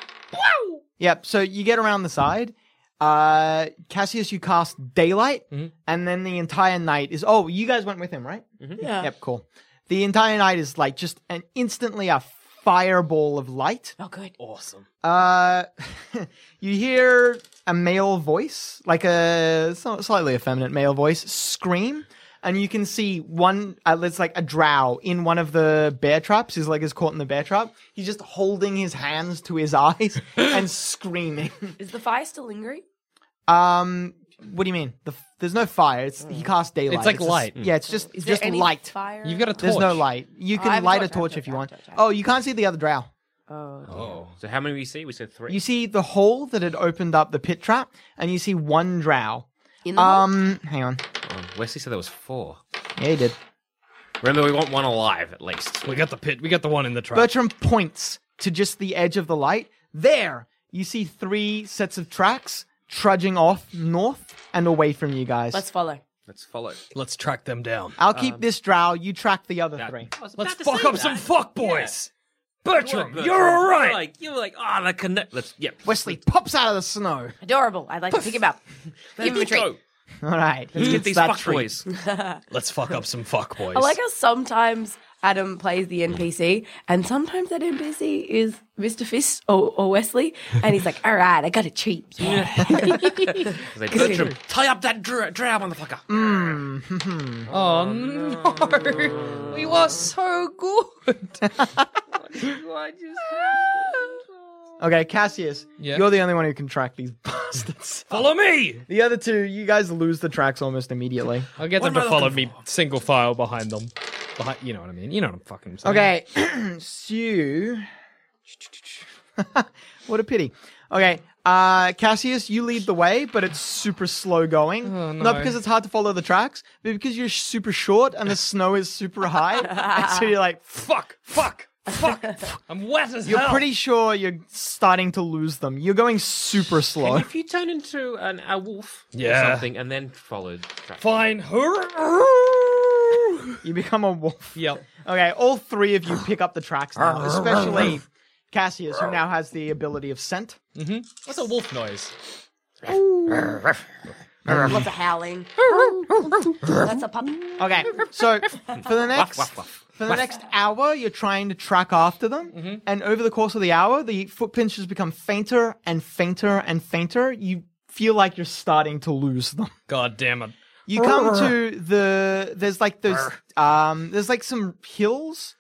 [SPEAKER 5] Yep. So you get around the side. Uh, Cassius, you cast daylight, and then the entire night is. Oh, you guys went with him, right?
[SPEAKER 6] Mm-hmm.
[SPEAKER 3] Yeah.
[SPEAKER 5] Yep. Cool. The entire night is like just an instantly a fireball of light.
[SPEAKER 3] Oh, good.
[SPEAKER 6] Awesome.
[SPEAKER 5] Uh, you hear a male voice, like a so- slightly effeminate male voice, scream, and you can see one. Uh, it's like a drow in one of the bear traps. His leg is caught in the bear trap. He's just holding his hands to his eyes and screaming.
[SPEAKER 3] Is the fire still lingering?
[SPEAKER 5] Um, what do you mean? The, f- there's no fire. It's he cast daylight.
[SPEAKER 6] It's like
[SPEAKER 5] just-
[SPEAKER 6] light.
[SPEAKER 5] yeah, it's just
[SPEAKER 3] Mm. Is
[SPEAKER 5] just
[SPEAKER 3] there any
[SPEAKER 5] light.
[SPEAKER 3] Fire? Oh,
[SPEAKER 6] You've got a torch.
[SPEAKER 5] There's no light. You
[SPEAKER 3] I
[SPEAKER 5] can
[SPEAKER 3] have a
[SPEAKER 5] light
[SPEAKER 3] torch,
[SPEAKER 5] a
[SPEAKER 3] I have
[SPEAKER 5] torch
[SPEAKER 3] a
[SPEAKER 5] if you
[SPEAKER 3] torch, I
[SPEAKER 5] want.
[SPEAKER 3] have a torch, I have
[SPEAKER 5] Oh, you can't see the other drow.
[SPEAKER 3] Oh.
[SPEAKER 4] Oh. So how many we see? We said three.
[SPEAKER 5] You see the hole that had opened up the pit trap, and you see one drow.
[SPEAKER 3] In the hole?
[SPEAKER 5] Um, hang on.
[SPEAKER 4] Oh, Wesley said there was four.
[SPEAKER 5] Yeah, he did.
[SPEAKER 4] Remember, we want one alive at least.
[SPEAKER 6] We got the pit. We got the one in the trap.
[SPEAKER 5] Bertram points to just the edge of the light. There, you see three sets of tracks trudging off north and away from you guys.
[SPEAKER 3] Let's follow.
[SPEAKER 4] Let's follow.
[SPEAKER 6] Let's track them down.
[SPEAKER 5] I'll
[SPEAKER 4] Um,
[SPEAKER 5] keep this drow. You track the other three.
[SPEAKER 6] Let's fuck up some fuck boys. Bertram,
[SPEAKER 4] Bertram.
[SPEAKER 6] you're all right.
[SPEAKER 4] Like you're like ah, oh, the connect. Let's yep.
[SPEAKER 5] Wesley pops out of the snow.
[SPEAKER 3] Adorable. I'd like to pick him up. Give him a
[SPEAKER 4] Let's
[SPEAKER 3] treat.
[SPEAKER 4] go.
[SPEAKER 5] All right, he
[SPEAKER 4] Let's get
[SPEAKER 5] gets
[SPEAKER 4] these
[SPEAKER 5] that
[SPEAKER 4] fuck
[SPEAKER 5] treat.
[SPEAKER 4] boys.
[SPEAKER 6] Let's fuck up some fuck boys.
[SPEAKER 3] I like how sometimes Adam plays the NPC, and sometimes that NPC is Mr. Fist or, or Wesley, and he's like, "All right, I got a treat." Yeah.
[SPEAKER 4] They Bertram, tie up that drow, drow motherfucker.
[SPEAKER 6] Oh no! We were so good.
[SPEAKER 5] Okay, Cassius,
[SPEAKER 6] Yeah.
[SPEAKER 5] you're the only one who can track these bastards.
[SPEAKER 6] Follow me.
[SPEAKER 5] the other two, you guys lose the tracks almost immediately.
[SPEAKER 6] I'll get them to follow me single file behind them. Behind, you know what I mean. You know what I'm fucking saying.
[SPEAKER 5] Okay, Sue. what a pity. Okay, Uh, Cassius, you lead the way, but it's super slow going. Not because it's hard to follow the tracks, but because you're super short and the snow is super high. and so you're like,
[SPEAKER 6] Fuck, fuck, fuck. I'm wet as
[SPEAKER 5] You're
[SPEAKER 6] hell.
[SPEAKER 5] pretty sure you're starting to lose them. You're going super slow.
[SPEAKER 4] If you turn into an, a wolf
[SPEAKER 6] Yeah.
[SPEAKER 4] or something and then followed track.
[SPEAKER 6] fine.
[SPEAKER 5] You become a wolf.
[SPEAKER 6] yep.
[SPEAKER 5] Okay, all three of you pick up the tracks now, especially Cassius, who now has the ability of scent.
[SPEAKER 6] What's a wolf noise?
[SPEAKER 3] Lots of howling. That's a puppy.
[SPEAKER 5] Okay, so for the next for the next hour, you're trying to track after them, and over the course of the hour, the footprints just become fainter and fainter and fainter. You feel like you're starting to lose them.
[SPEAKER 6] God damn it.
[SPEAKER 5] You come to the there's like those um there's like some hills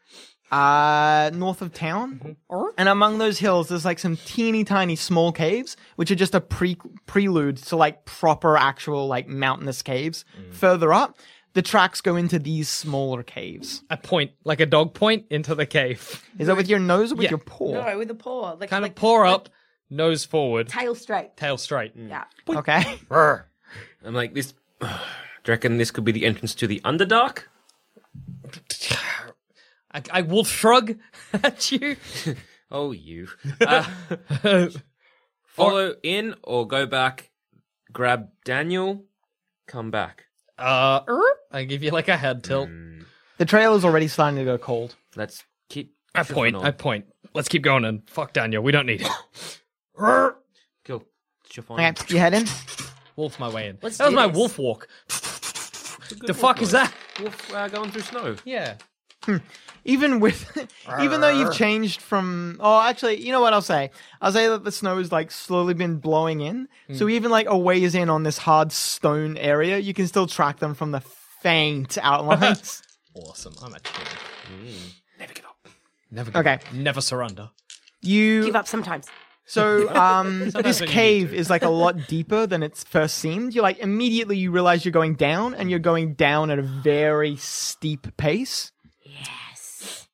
[SPEAKER 5] uh north of town and among those hills there's like some teeny tiny small caves which are just a pre prelude to like proper actual like mountainous caves further up the tracks go into these smaller caves
[SPEAKER 6] I point like a dog point into the cave.
[SPEAKER 5] is that with your nose or with
[SPEAKER 6] Yeah.
[SPEAKER 5] your paw
[SPEAKER 3] No, with a paw. Like,
[SPEAKER 6] Kind
[SPEAKER 3] like
[SPEAKER 6] of paw up, nose forward,
[SPEAKER 3] Tail straight.
[SPEAKER 6] tail straight.
[SPEAKER 3] Yeah.
[SPEAKER 5] okay
[SPEAKER 4] I'm like, this. Do you reckon this could be the entrance to the Underdark?
[SPEAKER 6] I, I wolf shrug at you.
[SPEAKER 4] Oh, you. Uh, follow in or go back, grab Daniel, come back.
[SPEAKER 6] Uh, I give you like a head tilt.
[SPEAKER 5] the trail is already starting to go cold
[SPEAKER 4] Let's keep.
[SPEAKER 6] I point. I point. Let's keep going and fuck Daniel. We don't need it.
[SPEAKER 4] Cool. Chiffon.
[SPEAKER 5] okay you head in
[SPEAKER 6] wolf my way in.
[SPEAKER 3] Let's
[SPEAKER 6] that was
[SPEAKER 3] do
[SPEAKER 6] my
[SPEAKER 3] this.
[SPEAKER 6] wolf walk. The fuck is that?
[SPEAKER 4] Wolf uh, going through snow.
[SPEAKER 6] Yeah.
[SPEAKER 5] even with even though you've changed from oh actually you know what i'll say i'll say that the snow has like slowly been blowing in
[SPEAKER 3] Hmm.
[SPEAKER 5] so even like a ways in on this hard stone area you can still track them from the faint outlines
[SPEAKER 6] Awesome. I'm a champ.
[SPEAKER 4] Never give up.
[SPEAKER 6] Never. give
[SPEAKER 5] Okay.
[SPEAKER 6] up. Never surrender.
[SPEAKER 5] you
[SPEAKER 3] Give up sometimes.
[SPEAKER 5] so um
[SPEAKER 6] Sometimes
[SPEAKER 5] this
[SPEAKER 6] when you need
[SPEAKER 5] cave
[SPEAKER 6] to.
[SPEAKER 5] is like a lot deeper than it's first seemed you like immediately you realize you're going down and you're going down at a very steep pace
[SPEAKER 3] Yes.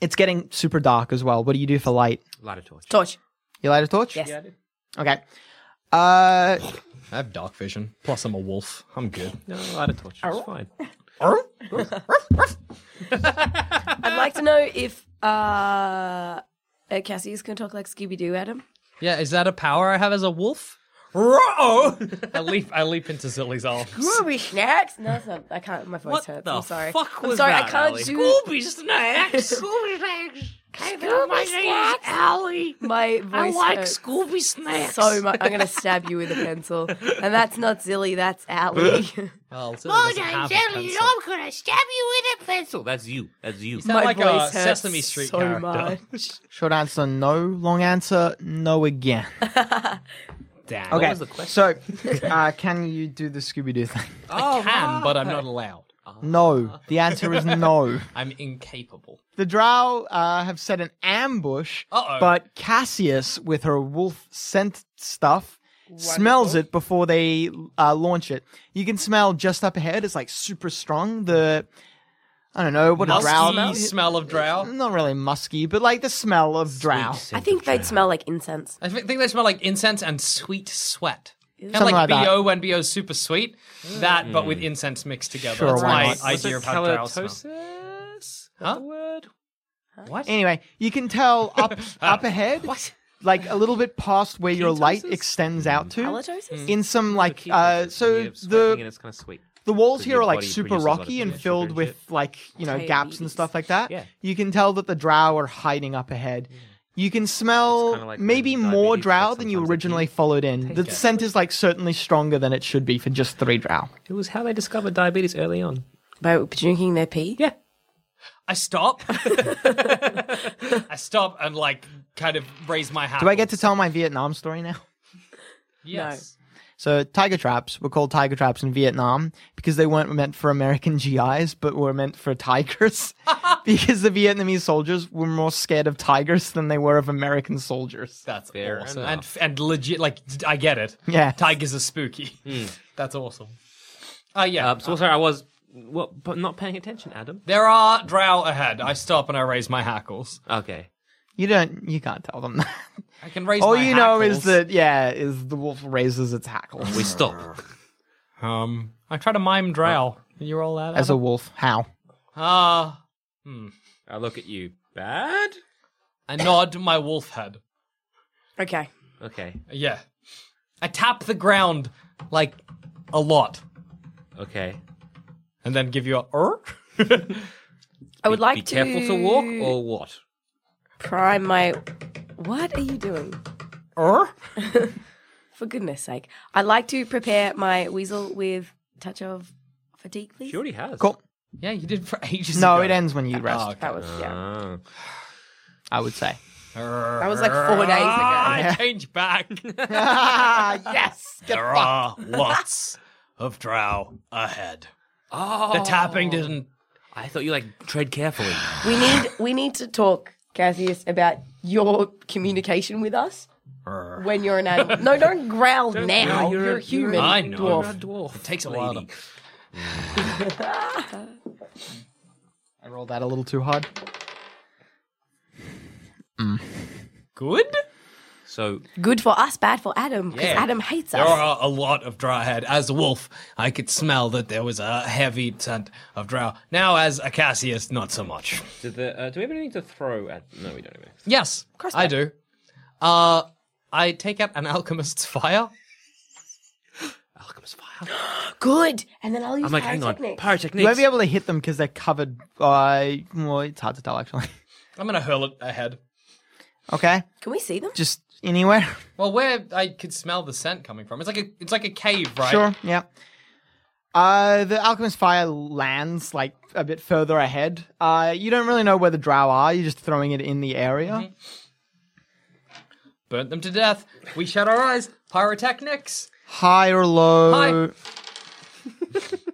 [SPEAKER 5] it's getting super dark as well what do you do for light
[SPEAKER 4] Light a torch.
[SPEAKER 3] Torch.
[SPEAKER 5] you light a torch
[SPEAKER 3] Yes.
[SPEAKER 5] okay uh
[SPEAKER 6] I have dark vision. Plus, I'm a wolf. I'm good.
[SPEAKER 4] No, light a torch. It's fine.
[SPEAKER 3] I'd like to know if uh, uh Cassie's gonna talk like Scooby Doo, Adam.
[SPEAKER 6] Yeah. Is that a power I have as a wolf? Oh! I leap. I leap into Zilly's arms.
[SPEAKER 3] Scooby snacks? No, it's not. I can't. My voice
[SPEAKER 4] What
[SPEAKER 3] hurts.
[SPEAKER 4] the
[SPEAKER 3] I'm sorry.
[SPEAKER 4] fuck
[SPEAKER 3] I'm
[SPEAKER 4] was
[SPEAKER 3] sorry. I
[SPEAKER 4] that,
[SPEAKER 3] can't
[SPEAKER 4] Ali?
[SPEAKER 3] do
[SPEAKER 7] snacks. Scooby snacks. My name is Allie.
[SPEAKER 3] my voice.
[SPEAKER 7] I like
[SPEAKER 3] hurts
[SPEAKER 7] Scooby snacks.
[SPEAKER 3] so much. I'm gonna stab you with a pencil, and that's not silly. That's Allie.
[SPEAKER 6] Well, Zilly
[SPEAKER 7] My
[SPEAKER 6] doesn't have
[SPEAKER 7] name's
[SPEAKER 6] a
[SPEAKER 7] Allie, and
[SPEAKER 6] pencil.
[SPEAKER 7] I'm gonna stab you with a pencil.
[SPEAKER 4] Oh, that's you. That's you.
[SPEAKER 6] Sound
[SPEAKER 3] my
[SPEAKER 6] like a
[SPEAKER 3] voice hurts
[SPEAKER 6] Sesame Street
[SPEAKER 3] so
[SPEAKER 6] character.
[SPEAKER 3] much.
[SPEAKER 5] Short answer, no. Long answer, no again. Okay.
[SPEAKER 4] was the question?
[SPEAKER 5] So, uh, can you do the Scooby Doo thing?
[SPEAKER 6] I can, but I'm not allowed.
[SPEAKER 5] No. The answer is no.
[SPEAKER 6] I'm incapable.
[SPEAKER 5] The Drow uh, have set an ambush,
[SPEAKER 6] Uh-oh.
[SPEAKER 5] but Cassius, with her wolf scent stuff, smells it before they uh, launch it. You can smell just up ahead. It's like super strong. The I don't know what a drow
[SPEAKER 6] Musky smell of drow.
[SPEAKER 5] Not really musky, but like the smell of drow.
[SPEAKER 3] I think they'd smell like incense.
[SPEAKER 6] I thi- think they smell like incense and sweet sweat. Kind of
[SPEAKER 5] Something
[SPEAKER 6] like,
[SPEAKER 5] like that.
[SPEAKER 6] BO when BO's super sweet. That, but with incense mixed together.
[SPEAKER 5] Sure,
[SPEAKER 6] That's
[SPEAKER 5] why
[SPEAKER 6] my
[SPEAKER 5] not?
[SPEAKER 4] Was it
[SPEAKER 6] idea of how drow smells.
[SPEAKER 4] halitosis? Is that
[SPEAKER 6] Huh?
[SPEAKER 4] the word?
[SPEAKER 5] Anyway, you can tell up up ahead, like a little bit past where your light
[SPEAKER 4] Ketosis?
[SPEAKER 5] extends out to.
[SPEAKER 3] Halitosis?
[SPEAKER 5] In some like
[SPEAKER 4] Ketosis,
[SPEAKER 5] uh, so
[SPEAKER 4] when you're sweating and
[SPEAKER 5] the
[SPEAKER 4] it's kind of sweet.
[SPEAKER 5] the walls
[SPEAKER 4] 'cause
[SPEAKER 5] here
[SPEAKER 4] your
[SPEAKER 5] are like
[SPEAKER 4] body
[SPEAKER 5] super
[SPEAKER 4] produces a lot of
[SPEAKER 5] rocky
[SPEAKER 4] blood
[SPEAKER 5] and
[SPEAKER 4] sugar
[SPEAKER 5] filled
[SPEAKER 4] and
[SPEAKER 5] with
[SPEAKER 4] shit.
[SPEAKER 5] like you know gaps and
[SPEAKER 3] Diabetes.
[SPEAKER 5] stuff like that.
[SPEAKER 4] Yeah.
[SPEAKER 5] You can tell that the drow are hiding up ahead. You can
[SPEAKER 4] It's
[SPEAKER 5] smell
[SPEAKER 4] kinda like
[SPEAKER 5] maybe
[SPEAKER 4] when
[SPEAKER 5] more
[SPEAKER 4] diabetes,
[SPEAKER 5] drow
[SPEAKER 4] like
[SPEAKER 5] than you
[SPEAKER 4] sometimes it
[SPEAKER 5] originally followed in. The scent is like certainly stronger than it should be for just three drow.
[SPEAKER 4] It was how they discovered diabetes early on.
[SPEAKER 3] By drinking their pee?
[SPEAKER 4] Yeah.
[SPEAKER 6] I stop. I stop and like kind of raise my hat.
[SPEAKER 5] Do I get to tell my Vietnam story now?
[SPEAKER 6] Yes.
[SPEAKER 5] So tiger traps were called tiger traps in Vietnam because they weren't meant for American GIs, but were meant for tigers. because the Vietnamese soldiers were more scared of tigers than they were of American soldiers.
[SPEAKER 6] That's
[SPEAKER 4] Fair
[SPEAKER 6] awesome.
[SPEAKER 4] enough.
[SPEAKER 6] And, f- and legit, like, d- I get it.
[SPEAKER 5] Yeah.
[SPEAKER 6] Tigers are spooky.
[SPEAKER 4] Hmm.
[SPEAKER 6] That's awesome. Uh, yeah.
[SPEAKER 4] Uh, so sorry, I was well, but not paying attention, Adam.
[SPEAKER 6] there are drow ahead. I stop and I raise my hackles.
[SPEAKER 4] Okay.
[SPEAKER 5] You don't. You can't tell them that.
[SPEAKER 6] I can raise
[SPEAKER 5] All
[SPEAKER 6] my
[SPEAKER 5] you know
[SPEAKER 6] hackles.
[SPEAKER 5] is that yeah, is the wolf raises its hackles
[SPEAKER 4] We stop.
[SPEAKER 6] Um, I try to mime drow. Can you roll that?
[SPEAKER 5] as a wolf. How?
[SPEAKER 6] Ah,
[SPEAKER 4] I look at you. Bad?
[SPEAKER 6] I nod my wolf head.
[SPEAKER 3] Okay.
[SPEAKER 4] Okay.
[SPEAKER 6] Yeah, I tap the ground like a lot,
[SPEAKER 4] Okay.
[SPEAKER 6] and then give you a er.
[SPEAKER 3] I would
[SPEAKER 4] Be
[SPEAKER 3] like to
[SPEAKER 4] careful to walk or what?
[SPEAKER 3] prime my. What are you doing?
[SPEAKER 6] er?
[SPEAKER 3] For goodness sake, I'd like to prepare my weasel with touch of fatigue, please.
[SPEAKER 4] She already has.
[SPEAKER 5] Cool.
[SPEAKER 6] Yeah, you did for ages.
[SPEAKER 5] No,
[SPEAKER 6] ago.
[SPEAKER 5] it Ah, ends when you rest.
[SPEAKER 3] That was yeah.
[SPEAKER 4] Ah.
[SPEAKER 5] I would say.
[SPEAKER 3] That was like four days ago.
[SPEAKER 6] I Ah, change back.
[SPEAKER 5] Ah! yes. Get
[SPEAKER 6] there are lots of drow ahead.
[SPEAKER 4] Oh.
[SPEAKER 6] The tapping didn't.
[SPEAKER 4] I thought you like tread carefully.
[SPEAKER 3] We need we need to talk, Cassius, about your communication with us when you're an animal. No, don't growl now.
[SPEAKER 4] growl,
[SPEAKER 3] you're,
[SPEAKER 4] you're
[SPEAKER 3] a
[SPEAKER 4] a-
[SPEAKER 3] human
[SPEAKER 4] you're
[SPEAKER 6] I know.
[SPEAKER 3] dwarf.
[SPEAKER 6] dwarf. It
[SPEAKER 4] Takes a
[SPEAKER 6] while.
[SPEAKER 4] lady.
[SPEAKER 5] I rolled that a little too hard.
[SPEAKER 6] Good.
[SPEAKER 4] So
[SPEAKER 3] Good for us, bad for Adam, because
[SPEAKER 6] Yeah.
[SPEAKER 3] Adam hates
[SPEAKER 6] There
[SPEAKER 3] us.
[SPEAKER 6] are a lot of drow ahead. As a wolf, I could smell that there was a heavy scent of drow. Now, as a Cassius, not so much.
[SPEAKER 4] do, the, uh, do we have anything to throw at? No, we don't. Have anything.
[SPEAKER 6] Yes, I do. Uh, I take out an alchemist's fire.
[SPEAKER 4] Oh, Alchemist fire.
[SPEAKER 3] Good, and then I'll use
[SPEAKER 4] I'm like, hang on.
[SPEAKER 3] pyrotechnics.
[SPEAKER 4] Pyrotechnics.
[SPEAKER 5] You won't be able to hit them because they're covered by. Well, it's hard to tell actually.
[SPEAKER 6] I'm gonna hurl it ahead.
[SPEAKER 5] Okay,
[SPEAKER 3] Can we see them?
[SPEAKER 5] just anywhere.
[SPEAKER 6] Well, where I could smell the scent coming from. It's like a, it's like a cave, right?
[SPEAKER 5] Sure. Yeah. Uh, the alchemist fire lands like a bit further ahead. Uh, you don't really know where the drow are. You're just throwing it in the area.
[SPEAKER 6] Burnt them to death. We shut our eyes. Pyrotechnics.
[SPEAKER 5] High or low?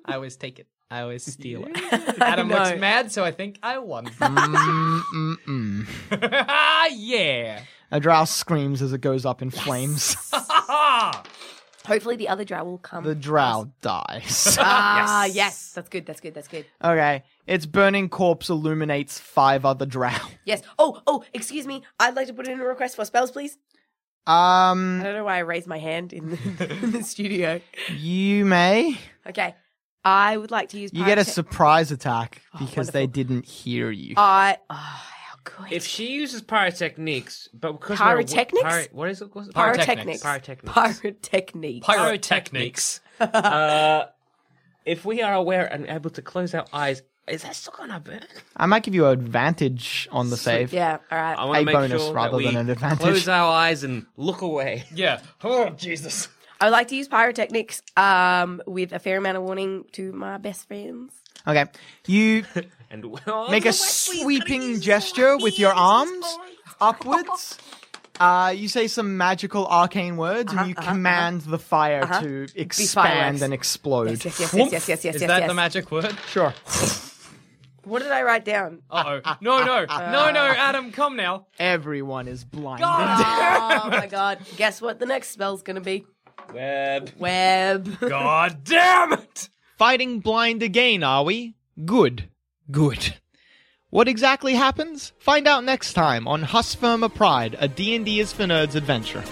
[SPEAKER 6] I always take it. I always steal it. Mm. Adam looks mad, so I think I won.
[SPEAKER 5] Mm,
[SPEAKER 6] Ah, yeah.
[SPEAKER 5] A drow screams as it goes up in flames.
[SPEAKER 3] Hopefully, the other drow will come.
[SPEAKER 5] the drow dies.
[SPEAKER 3] ah, yes. that's good. That's good. That's good.
[SPEAKER 5] okay, its burning corpse illuminates five other drow.
[SPEAKER 3] Yes. Oh, oh, excuse me. I'd like to put in a request for spells, please. I
[SPEAKER 5] Um,
[SPEAKER 3] don't know why I raised my hand in the, in the studio.
[SPEAKER 5] you may.
[SPEAKER 3] Okay, I would like to use.
[SPEAKER 5] You get a
[SPEAKER 3] pyrotech-
[SPEAKER 5] surprise attack because they
[SPEAKER 3] Oh, wonderful.
[SPEAKER 5] didn't hear you.
[SPEAKER 3] I. Oh, how good.
[SPEAKER 4] If she uses pyrotechnics, but because
[SPEAKER 3] Pyrotechnics?
[SPEAKER 4] We're, a wo- pyro- what is it? What's it?
[SPEAKER 3] Pyrotechnics.
[SPEAKER 4] Pyrotechnics.
[SPEAKER 3] Pyrotechnics.
[SPEAKER 6] Pyrotechnics.
[SPEAKER 4] uh, if we are aware and able to close our eyes, is that still gonna burn?
[SPEAKER 5] I might give you advantage on the save.
[SPEAKER 3] yeah, all right.
[SPEAKER 4] I want
[SPEAKER 5] A
[SPEAKER 4] to make
[SPEAKER 5] bonus
[SPEAKER 4] sure
[SPEAKER 5] rather
[SPEAKER 4] that we
[SPEAKER 5] than an advantage.
[SPEAKER 4] close our eyes and look away.
[SPEAKER 6] Yeah. Oh, Jesus.
[SPEAKER 3] I would like to use pyrotechnics um, with a fair amount of warning to my best friends.
[SPEAKER 5] Okay, you
[SPEAKER 4] And
[SPEAKER 3] Oh,
[SPEAKER 5] make a sweeping gesture with your arms upwards.
[SPEAKER 3] Uh-huh.
[SPEAKER 5] Uh, you say some magical arcane words, and you
[SPEAKER 3] uh-huh,
[SPEAKER 5] command the fire to expand
[SPEAKER 3] fireworks.
[SPEAKER 5] and explode.
[SPEAKER 3] Uh-huh. Yes, yes, yes, yes, yes, yes, yes.
[SPEAKER 6] Is
[SPEAKER 3] yes,
[SPEAKER 6] that
[SPEAKER 3] yes.
[SPEAKER 6] the magic word?
[SPEAKER 5] Sure.
[SPEAKER 3] What did I write down?
[SPEAKER 6] Uh oh. No, no. No, no, Adam, come now.
[SPEAKER 5] Everyone is blinded.
[SPEAKER 3] oh my god. Guess what the next spell's gonna be?
[SPEAKER 4] web.
[SPEAKER 3] Web.
[SPEAKER 6] God damn it.
[SPEAKER 5] Fighting blind again, are we? Good. Good. What exactly happens? Find out next time on Hus Firma Pride, a D&D is for nerds adventure.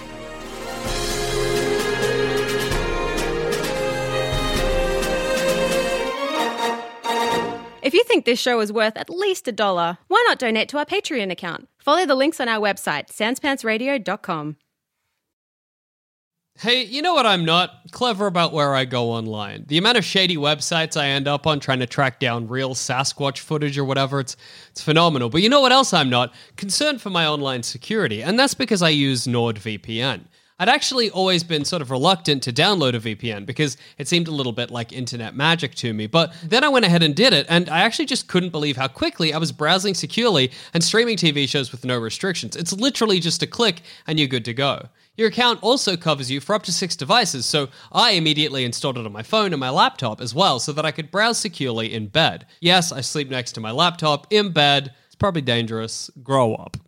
[SPEAKER 8] If you think this show is worth at least a dollar, why not donate to our Patreon account? Follow the links on our website, sanspantsradio.com.
[SPEAKER 6] Hey, you know what I'm not? Clever about where I go online. The amount of shady websites I end up on trying to track down real Sasquatch footage or whatever, it's it's phenomenal. But you know what else I'm not? Concerned for my online security, and that's because I use NordVPN. I'd actually always been sort of reluctant to download a VPN because it seemed a little bit like internet magic to me. But then I went ahead and did it, and I actually just couldn't believe how quickly I was browsing securely and streaming TV shows with no restrictions. It's literally just a click, and you're good to go. Your account also covers you for up to six devices, so I immediately installed it on my phone and my laptop as well so that I could browse securely in bed. Yes, I sleep next to my laptop in bed. It's probably dangerous. Grow up.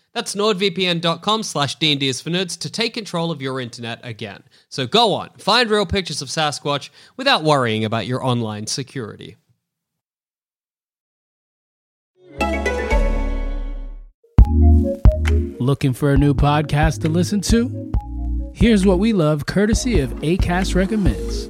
[SPEAKER 9] That's nordvpn.com slash D&D is for nerds to take control of your internet again. So go on, find real pictures of Sasquatch without worrying about your online security.
[SPEAKER 10] Looking for a new podcast to listen to? Here's what we love courtesy of ACAST Recommends.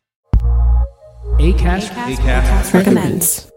[SPEAKER 10] ACAST,
[SPEAKER 8] Recommends.